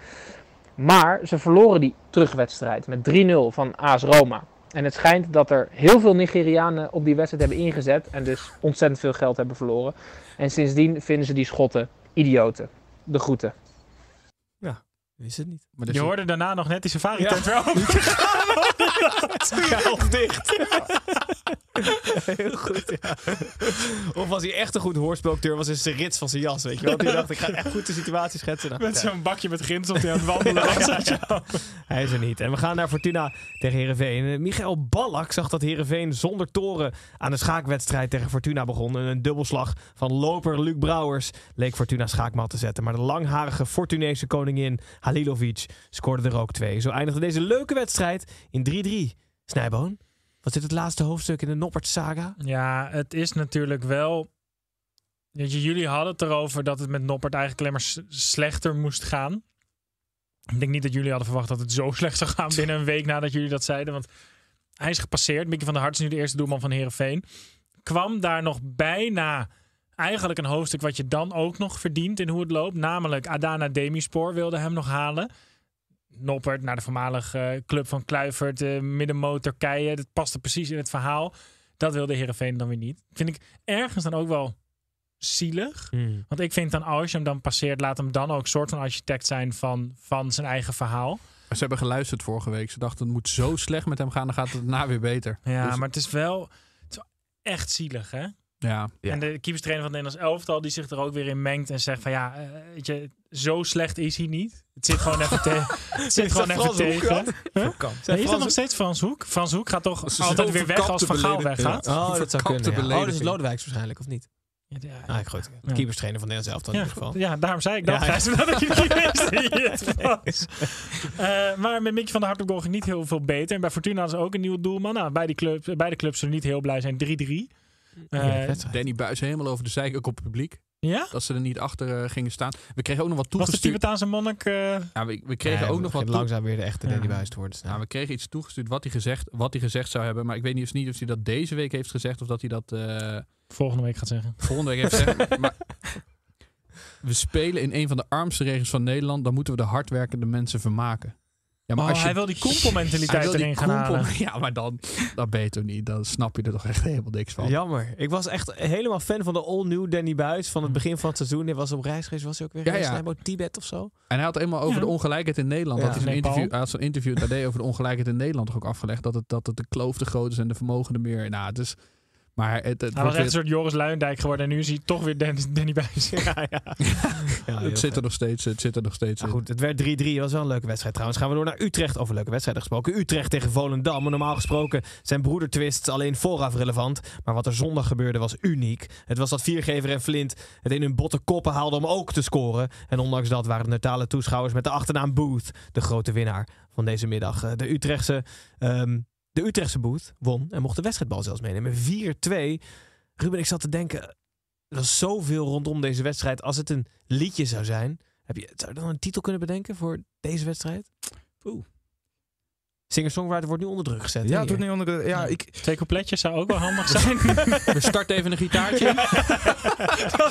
S10: Maar ze verloren die terugwedstrijd met 3-0 van AS Roma. En het schijnt dat er heel veel Nigerianen op die wedstrijd hebben ingezet. En dus ontzettend veel geld hebben verloren. En sindsdien vinden ze die schotten idioten. De groeten.
S1: Is het niet.
S8: je hoorde daarna nog net die safari tent wel.
S1: Half dicht. Heel goed, ja. Of was hij echt een goed hoorspelacteur, was een serits van zijn jas, weet je wel. Die dacht, ik ga echt goed de situatie schetsen. Nou,
S8: Met
S1: ja.
S8: zo'n bakje met grins op die aan het wandelen was.
S1: Ja, ja, ja. Hij is er niet. En we gaan naar Fortuna tegen Heerenveen. Eh, Michael Ballack zag dat Heerenveen zonder toren aan de schaakwedstrijd tegen Fortuna begon. En een dubbelslag van loper Luc Brouwers leek Fortuna schaakmat te zetten. Maar de langharige Fortunese koningin Halilovic scoorde er ook twee. Zo eindigde deze leuke wedstrijd in 3-3. Snijboon, wat zit het laatste hoofdstuk in de Nopperts saga?
S8: Ja, het is natuurlijk wel. Weet je, jullie hadden het erover dat het met Noppert eigenlijk alleen maar s- slechter moest gaan. Ik denk niet dat jullie hadden verwacht dat het zo slecht zou gaan binnen een week nadat jullie dat zeiden. Want hij is gepasseerd. Mickey van der Hart is nu de eerste doelman van Herenveen. Kwam daar nog bijna eigenlijk een hoofdstuk wat je dan ook nog verdient in hoe het loopt. Namelijk Adana Demispoor wilde hem nog halen. Noppert naar de voormalige eh, club van Kluivert, eh, middenmoot Turkije. Dat paste precies in het verhaal. Dat wilde Herenveen dan weer niet. Vind ik ergens dan ook wel zielig.
S1: Hmm.
S8: Want ik vind dan oh, als je hem dan passeert, laat hem dan ook een soort van architect zijn van, van zijn eigen verhaal.
S7: Maar ze hebben geluisterd vorige week. Ze dachten, het moet zo slecht met hem gaan, dan gaat het daarna weer beter.
S8: Ja,
S7: Dus-
S8: maar het is, wel, het is wel echt zielig, hè?
S7: Ja.
S8: En de keeperstrainer van het Nederlands elftal, die zich er ook weer in mengt en zegt van ja, eh, weet je, zo slecht is hij niet. Het zit gewoon even, te- het zit
S1: Is
S8: gewoon
S1: dat
S8: even
S1: Frans Hoek
S8: tegen.
S1: dat?
S8: Huh?
S1: Kan.
S8: Nee, is dat
S1: Frans-
S8: nog steeds Frans Hoek? Frans Hoek gaat toch
S7: is
S8: altijd
S7: zo'n
S8: weer weg als Van Gaal
S7: verkapte belediging.
S8: weggaat?
S7: Ja.
S1: Oh, dat zou
S7: Verkapte
S1: kunnen. ja. Oh, dat is
S7: belediging.
S1: Lodewijks waarschijnlijk, of niet?
S8: Ja, ja,
S1: Ah, ik goed.
S8: Ja.
S1: Keeperstrainer van Nederlands elftal in
S8: Ja,
S1: ieder geval.
S8: ja, daarom zei ik dat.
S1: Ja, ja.
S8: Hij zei dat ik niet wist wie het was. Eh, maar met Mickey van der Hart op goal ging niet heel veel beter. En bij Fortuna hadden ze ook een nieuwe doelman. Nou, beide, club, beide clubs zullen niet heel blij zijn. 3-3. Eh,
S1: wedstrijd.
S7: Danny Buis helemaal over de zeik, ook op het publiek.
S8: ja?
S7: Dat ze er niet achter eh, gingen staan. We kregen ook nog wat
S8: Was de
S7: toegestuurd.
S8: Tibetaanse monnik... eh,
S7: Ja, we, we kregen
S1: Nee,
S7: ook nog wat
S1: begint
S7: toe-
S1: langzaam weer de echte
S8: Ja.
S1: Danny Buis te worden. dus nou,
S7: Ja, we kregen iets toegestuurd wat hij, gezegd, wat hij gezegd zou hebben. Maar ik weet niet of, niet of hij dat deze week heeft gezegd of dat hij dat eh,
S8: volgende week gaat zeggen.
S7: volgende week heeft gezegd. Maar we spelen in een van de armste regels van Nederland. Dan moeten we de hardwerkende mensen vermaken. Ja,
S8: Oh, hij wil die
S7: hij
S8: kompelmentaliteit
S7: wil die
S8: erin gaan
S7: kompel-
S8: halen.
S7: Ja, maar dan, dan ben je toch niet. Dan snap je er toch echt helemaal niks van.
S1: Jammer. Ik was echt helemaal fan van de all-new Danny Buis van het begin van het seizoen. Hij was op reis geweest, was hij ook weer
S7: Hmm. Ja,
S1: geweest?
S7: ja.
S1: Snijbo, Tibet of zo?
S7: En hij had eenmaal over
S8: Ja.
S7: de ongelijkheid in Nederland.
S1: Ja.
S7: Dat hij zo'n
S8: Nepal.
S7: interview, hij had zo'n interview met AD over de ongelijkheid in Nederland toch ook afgelegd. Dat het, dat het de kloof te groot is en de vermogenden meer. Nou, het is... Maar het, het
S8: Hij
S7: wordt
S8: was echt
S7: weer-
S8: een soort Joris Luijendijk geworden. En nu is hij toch weer Danny, Danny Buijs.
S1: Ja, ja.
S7: het zit er nog steeds, het zit er nog steeds
S1: Ja,
S7: in.
S1: Nou goed, het werd 3-3. Het was wel een leuke wedstrijd trouwens. Gaan we door naar Utrecht. Over leuke wedstrijden gesproken. Utrecht tegen Volendam. En normaal gesproken zijn broedertwists alleen vooraf relevant. Maar wat er zondag gebeurde was uniek. Het was dat Viergever en Flint het in hun botte koppen haalden om ook te scoren. En ondanks dat waren de neutrale toeschouwers met de achternaam Booth de grote winnaar van deze middag. Eh, De Utrechtse, ehm, de Utrechtse Booth won en mocht de wedstrijdbal zelfs meenemen. 4-2. Ruben, ik zat te denken... Er was zoveel rondom deze wedstrijd. Als het een liedje zou zijn... Heb je, zou je dan een titel kunnen bedenken voor deze wedstrijd?
S6: Oeh.
S1: Singer-songwriter wordt nu onder druk gezet.
S6: Ja,
S1: hè,
S6: het wordt
S1: hier?
S6: niet onder de- Ja, ik,
S8: Twee coupletjes zou ook wel handig zijn.
S7: We starten even een gitaartje.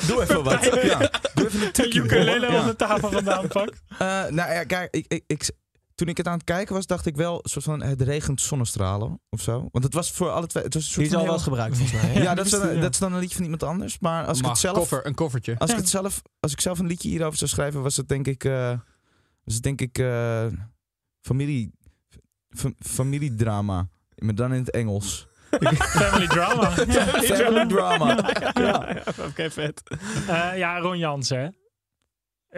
S6: Doe even wat. Ja. Doe even een
S8: Een
S6: tikkie,
S8: ukulele
S6: hoor. Ja.
S8: op de tafel vandaan pakt.
S6: Eh, nou ja, kijk, ik, ik, ik, toen ik het aan het kijken was, dacht ik wel soort van het regent zonnestralen of zo. Want het was voor alle twee. Het was een soort
S1: Die is
S6: van
S1: al wel eens
S6: heel-
S1: gebruikt volgens mij. hè?
S6: Ja,
S8: Ja,
S6: dat, is
S8: die is
S6: dan,
S8: die, ja.
S6: dat is dan een liedje van iemand anders. Maar als ik
S7: Mag,
S6: het zelf,
S7: koffer, een koffertje.
S6: als ik
S8: Ja.
S6: het zelf, als ik zelf een liedje hierover zou schrijven, was het denk ik, eh, was het denk ik eh, familie, fa- familiedrama, maar dan in het Engels.
S8: Family drama.
S6: Family drama.
S1: Ja, ja, Oké, vet.
S8: Eh, ja, Ron Jansen. hè.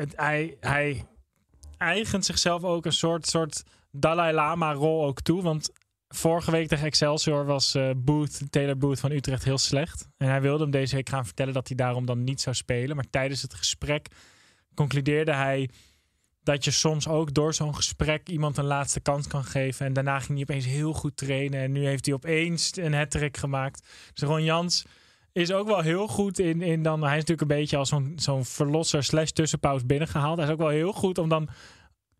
S8: Het, hij, hij eigent zichzelf ook een soort, soort Dalai Lama-rol ook toe. Want vorige week tegen Excelsior was eh, Booth, Taylor Booth van Utrecht heel slecht. En hij wilde hem deze week gaan vertellen dat hij daarom dan niet zou spelen. Maar tijdens het gesprek concludeerde hij dat je soms ook door zo'n gesprek iemand een laatste kans kan geven. En daarna ging hij opeens heel goed trainen. En nu heeft hij opeens een hat-trick gemaakt. Dus Ron Jans is ook wel heel goed in, in dan. Hij is natuurlijk een beetje als zo'n zo'n verlosser slash tussenpaus binnengehaald. Hij is ook wel heel goed om dan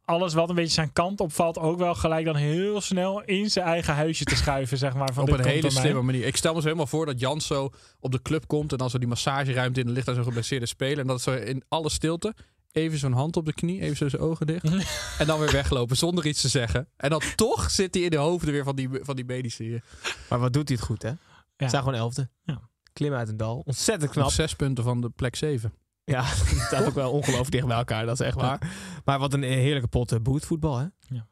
S8: alles wat een beetje zijn kant opvalt, ook wel gelijk dan heel snel in zijn eigen huisje te schuiven, zeg maar. Van
S7: Op
S8: dit
S7: een
S8: komt
S7: hele
S8: door mij.
S7: slimme manier. Ik stel me zo helemaal voor dat Jans zo op de club komt en dan zo die massageruimte in de ligt daar zo'n geblesseerde speler. En dat is zo in alle stilte Even zo'n hand op de knie, even zo zijn ogen dicht. en dan weer weglopen zonder iets te zeggen. En dan toch zit hij in de hoofden weer van die, van die medici. hier.
S1: Maar wat doet hij het goed, hè?
S8: Ja.
S1: Zijn gewoon elfde.
S8: Ja.
S1: Klimmen uit een dal. Ontzettend
S7: Op
S1: knap.
S7: zes punten van de plek zeven.
S1: Ja, het staat ook wel ongelooflijk dicht bij elkaar. Dat is echt waar. Maar wat een heerlijke pot eh, bootvoetbal, hè?
S8: Ja.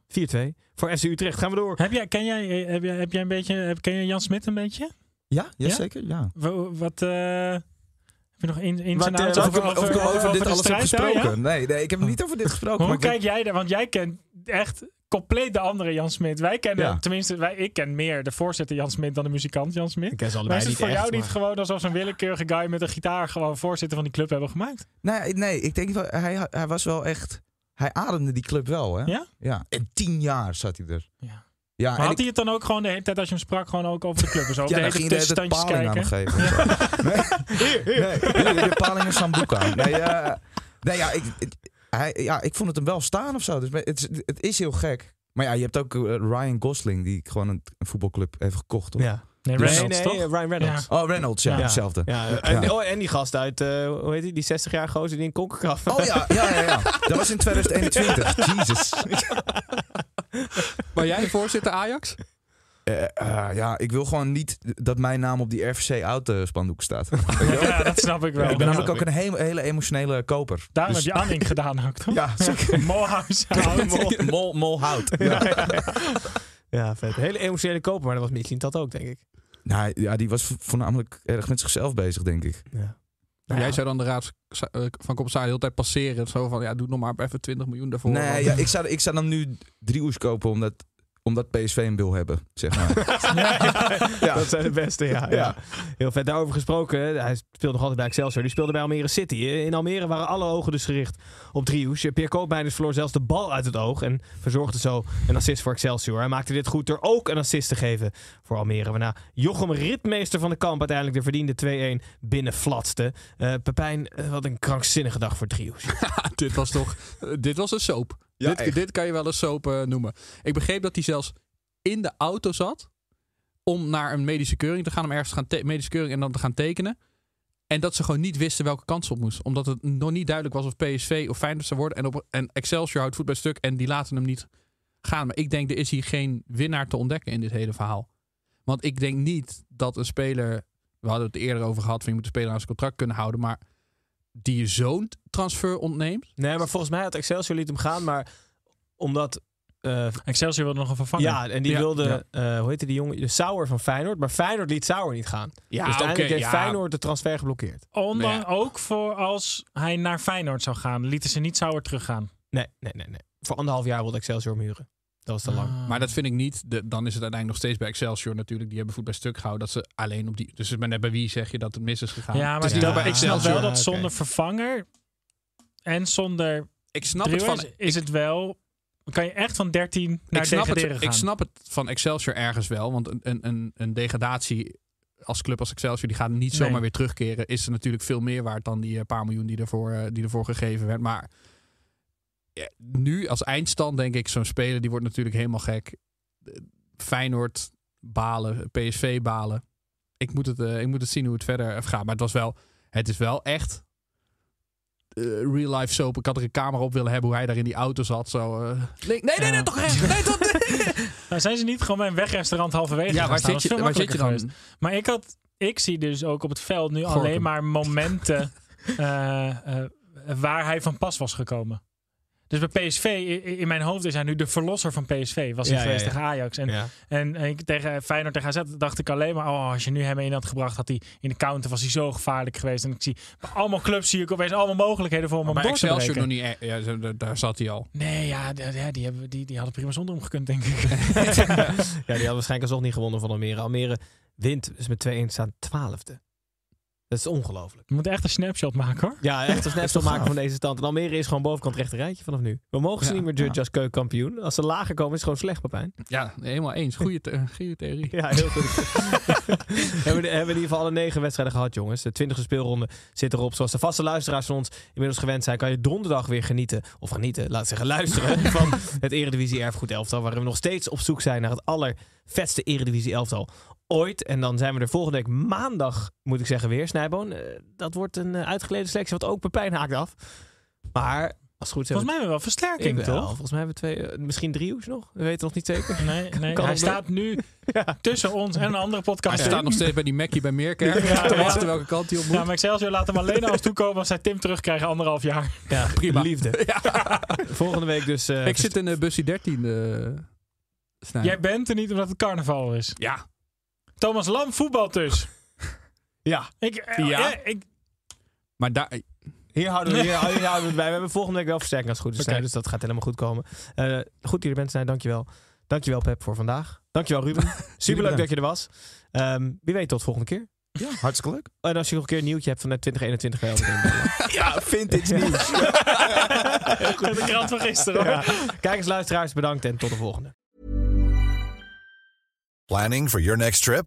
S1: 4-2. Voor FC Utrecht gaan we door.
S8: Heb jij, ken, jij, eh, heb jij, heb jij een beetje, heb- ken jij Jan Smit een beetje?
S6: Ja,
S8: Ja?
S6: zeker. Ja.
S8: Wa- Wat, eh, heb je nog in, in zijn
S1: Wat, eh,
S8: auto
S1: wat-
S6: Of ik
S8: over,
S6: hem- of
S8: over,
S6: ik hem over
S8: over
S6: dit
S8: de
S6: alles heb
S8: strijd daar, ja?
S6: gesproken. Nee, nee, ik heb hem niet over dit gesproken.
S8: Hoe
S6: maar ik
S8: kijk jij daar? Want jij kent echt compleet de andere Jan Smit. Wij kennen,
S6: Ja.
S8: tenminste, wij, ik ken meer de voorzitter Jan Smit dan de muzikant Jan Smit.
S1: Ik ken ze
S8: Maar is
S1: allebei
S8: het
S1: niet
S8: voor
S1: echt.
S8: jou niet
S1: maar-
S8: gewoon alsof zo'n willekeurige guy met een gitaar gewoon voorzitter van die club hebben gemaakt?
S6: Nee, nee, ik denk wel, hij, hij was wel echt. Hij ademde die club wel, hè?
S8: Ja?
S6: Ja. En tien jaar zat hij er.
S8: Ja.
S6: Ja,
S8: Maar
S6: Ah, en
S8: had
S6: ik-
S8: hij het dan ook gewoon de hele tijd als je hem sprak gewoon ook over de club? Dus over
S6: ja,
S8: de
S6: dan
S8: hele
S6: ging hij de hele
S8: tussenstandjes
S6: tijd paling aan
S8: kijken?
S6: hem geven. of zo. Nee, nee, nee, de paling en Sambuca. Nee, eh, nee ja, ik, ik- hij, ja, ik vond het hem wel staan of zo. Dus het, is- het is heel gek. Maar ja, je hebt ook eh, Ryan Gosling, die gewoon een, een voetbalclub heeft gekocht, toch?
S1: Ja.
S8: Nee,
S1: Nee,
S8: Reynolds
S1: nee,
S8: toch?
S1: eh, Ryan Reynolds.
S6: Oh, Reynolds, ja,
S1: Ja.
S6: hetzelfde.
S1: Ja, en,
S6: Ja.
S1: Oh, en die gast uit, eh, hoe heet die? Die 60-jarige gozer die in Konkerkraft.
S6: Oh ja, ja, ja, ja. Dat was in 2021. Jezus.
S7: Maar jij voorzitter Ajax?
S6: Eh, eh, ja, ik wil gewoon niet dat mijn naam op die RFC-oud-spandoek staat.
S8: Ja, dat snap ik wel.
S6: ik ben namelijk
S1: snap
S6: ook een hele, hele emotionele koper.
S8: Daarom
S6: Dus-
S8: heb je Anning gedaan ook, toch?
S6: Ja, zeker.
S8: Molhuis.
S6: mol, mol, mol hout. Ja.
S1: Ja, vet. Hele emotionele koper, maar dat was Michelin dat ook, denk ik.
S6: Nou, ja, die was vo- voornamelijk erg met zichzelf bezig, denk ik.
S1: Ja. Nou,
S7: Jij zou dan de raad eh, van commissaris de hele tijd passeren. Zo van, ja, doe nog maar even 20 miljoen daarvoor.
S6: nee,
S7: Want-
S6: ja, ik, zou, ik zou dan nu Driehoes kopen omdat, omdat PSV hem wil hebben, zeg maar. Ja.
S1: Dat zijn de beste, ja, ja.
S6: Ja.
S1: Heel vet. Daarover gesproken, hij speelde nog altijd bij Excelsior. Die speelde bij Almere City. In Almere waren alle ogen dus gericht op Driehoes. Pierre Koopmeiners verloor zelfs de bal uit het oog en verzorgde zo een assist voor Excelsior. Hij maakte dit goed door ook een assist te geven voor Almere. Waarna Jochem Ritmeester van de Kamp uiteindelijk de verdiende 2-1 binnenflatste. Eh Pepijn, eh, wat een krankzinnige dag voor Driehoes.
S7: dit was toch. eh, dit was een soap.
S6: Ja,
S7: dit,
S6: echt.
S7: dit kan je wel een soap eh, noemen. Ik begreep dat hij zelfs in de auto zat. om naar een medische keuring te gaan. om ergens te gaan te- medische keuring en dan te gaan tekenen. En dat ze gewoon niet wisten welke kant ze op moest. Omdat het nog niet duidelijk was of PSV of Feyenoord zou worden. En, op, en Excelsior houdt voet bij stuk en die laten hem niet gaan. Maar ik denk, er is hier geen winnaar te ontdekken in dit hele verhaal. Want ik denk niet dat een speler... We hadden het eerder over gehad van je moet de speler aan zijn contract kunnen houden. Maar die je zo'n transfer ontneemt...
S1: Nee, maar volgens mij had Excelsior liet hem gaan, maar omdat... eh,
S8: Excelsior wilde nog een vervanger.
S1: ja, en die
S7: Ja,
S1: wilde, eh, hoe heette die jongen? De Sauer van Feyenoord. Maar Feyenoord liet Sauer niet gaan.
S7: Ja,
S1: dus uiteindelijk
S7: oké,
S1: heeft
S7: ja.
S1: Feyenoord de transfer geblokkeerd.
S8: Ondanks ook voor als hij naar Feyenoord zou gaan, lieten ze niet Sauer teruggaan.
S1: Nee, nee, nee. nee. Voor anderhalf jaar wilde Excelsior hem huren. Dat was te lang.
S7: Maar dat vind ik niet. De- dan is het uiteindelijk nog steeds bij Excelsior natuurlijk. Die hebben voet bij stuk gehouden. Dat ze alleen op die. Dus het is maar net bij wie zeg je dat het mis is gegaan.
S8: Ja, maar
S7: het is niet
S8: dat-
S7: dat bij
S8: ik snap wel
S7: Excelsior.
S8: dat
S1: Ja, oké.
S8: zonder vervanger en zonder
S7: Ik snap het van.
S8: Driehoes is het wel... Kan je echt van 13 naar
S7: Ik snap,
S8: degraderen
S7: het,
S8: gaan.
S7: ik snap het van Excelsior ergens wel. Want een, een, een, een degradatie als club als Excelsior, die gaat niet zomaar
S8: Nee.
S7: weer terugkeren. Is er natuurlijk veel meer waard dan die eh, paar miljoen die ervoor, eh, die ervoor gegeven werd. Maar ja, nu als eindstand denk ik, zo'n speler die wordt natuurlijk helemaal gek. Eh, Feyenoord balen, PSV balen. Ik moet het, eh, ik moet het zien hoe het verder eh, gaat. Maar het was wel, het is wel echt eh, real life soap. Ik had er een camera op willen hebben hoe hij daar in die auto zat. Zo, eh, nee, nee, nee, nee,
S8: Ja.
S7: toch recht. Nee, toch,
S8: Nou, zijn ze niet gewoon bij een wegrestaurant halverwege
S7: ja,
S8: gaan
S7: waar
S8: staan?
S7: zit,
S8: Dat
S7: je,
S8: is
S7: waar
S8: veel
S7: zit je dan?
S8: makkelijker geweest. Maar ik, had, ik zie dus ook op het veld nu
S7: Gorkum.
S8: alleen maar momenten eh, eh, waar hij van pas was gekomen. Dus bij PSV, i- i- in mijn hoofd is hij nu de verlosser van PSV. Was hij
S1: Ja, ja,
S8: geweest
S1: ja.
S8: tegen Ajax. En,
S1: Ja.
S8: en, en ik, tegen Feyenoord tegen AZ dacht ik alleen maar... Oh, als je nu hem in had gebracht, had hij in de counter was hij zo gevaarlijk geweest. En ik zie bij allemaal clubs zie ik opeens allemaal mogelijkheden voor hem om
S7: Oh, Maar
S8: door te
S7: Excelsior nog
S8: breken.
S7: niet. e- Ja, zo- daar- daar zat hij al.
S8: Nee, ja, d- ja, die, hebben, die, die hadden prima zonder hem gekund, denk ik.
S1: ja, die had waarschijnlijk alsnog niet gewonnen van Almere. Almere wint dus met 2-1 staan twaalfde. Dat is ongelooflijk.
S8: We moeten echt een snapshot maken, hoor.
S1: Ja, echt een snapshot
S6: toch
S1: maken
S6: gaaf?
S1: van deze stand. En Almere is gewoon bovenkant rechter rijtje vanaf nu. We mogen ze
S7: Ja,
S1: niet meer judgen als keukenkampioen. Als ze lager komen is het gewoon slecht, Pepijn.
S7: Ja, helemaal eens. Goede, the- goede theorie.
S1: Ja, heel goed. hebben, we, hebben we in ieder geval alle negen wedstrijden gehad, jongens. De twintigste speelronde zit erop. Zoals de vaste luisteraars van ons inmiddels gewend zijn, kan je donderdag weer genieten. Of genieten, laat ik zeggen, luisteren van het Eredivisie Erfgoed Elftal. Waarin we nog steeds op zoek zijn naar het allervetste Eredivisie Elftal ooit. En dan zijn we er volgende week maandag, moet ik zeggen, weer. Snijboon, Eh, dat wordt een eh, uitgeleden selectie, want ook Pepijn haakt af. Maar als het goed is...
S8: Volgens mij hebben we wel versterking,
S1: Ik wel.
S8: toch?
S1: Volgens mij hebben we twee, eh, misschien driehoeks nog. We weten nog niet zeker.
S8: Nee, nee
S1: Kan
S8: hij
S1: ook
S8: staat nu tussen ons en een andere podcast.
S7: Hij staat nog steeds bij die Mackie bij Meerkerk.
S8: Ja,
S7: te
S8: ja.
S7: wachten welke kant hij op moet.
S8: Ja, maar Excelsior laat hem alleen naar ons toekomen als zij Tim terugkrijgen anderhalf jaar.
S1: Ja,
S7: Prima.
S1: liefde. Volgende week dus... eh,
S7: Ik zit in de bussie 13. eh Snijder.
S8: Jij bent er niet omdat het carnaval is.
S7: Ja.
S8: Thomas Lam voetbalt dus.
S1: Ja,
S8: Ik, eh,
S7: Ja.
S8: eh, ik,
S7: Maar daar,
S1: hier houden, we, hier, houden we het bij. We hebben volgende week wel versterking als het goed is.
S8: Oké.
S1: Snijder, Dus dat gaat helemaal goed komen. Eh, goed dat je er bent, Snijder. Dankjewel. Dankjewel, Pep, voor vandaag. Dankjewel, Ruben. Superleuk
S11: bedankt.
S1: dat je er was. Ehm, wie weet tot volgende keer.
S11: Ja, hartstikke leuk.
S1: En als je nog een keer een nieuwtje hebt van net 2021... wel meteen bellen.
S11: Ja, vintage nieuws.
S8: de krant van gisteren. hoor.
S1: Ja. Kijkers, luisteraars, bedankt en tot de volgende.
S6: Planning for your next trip?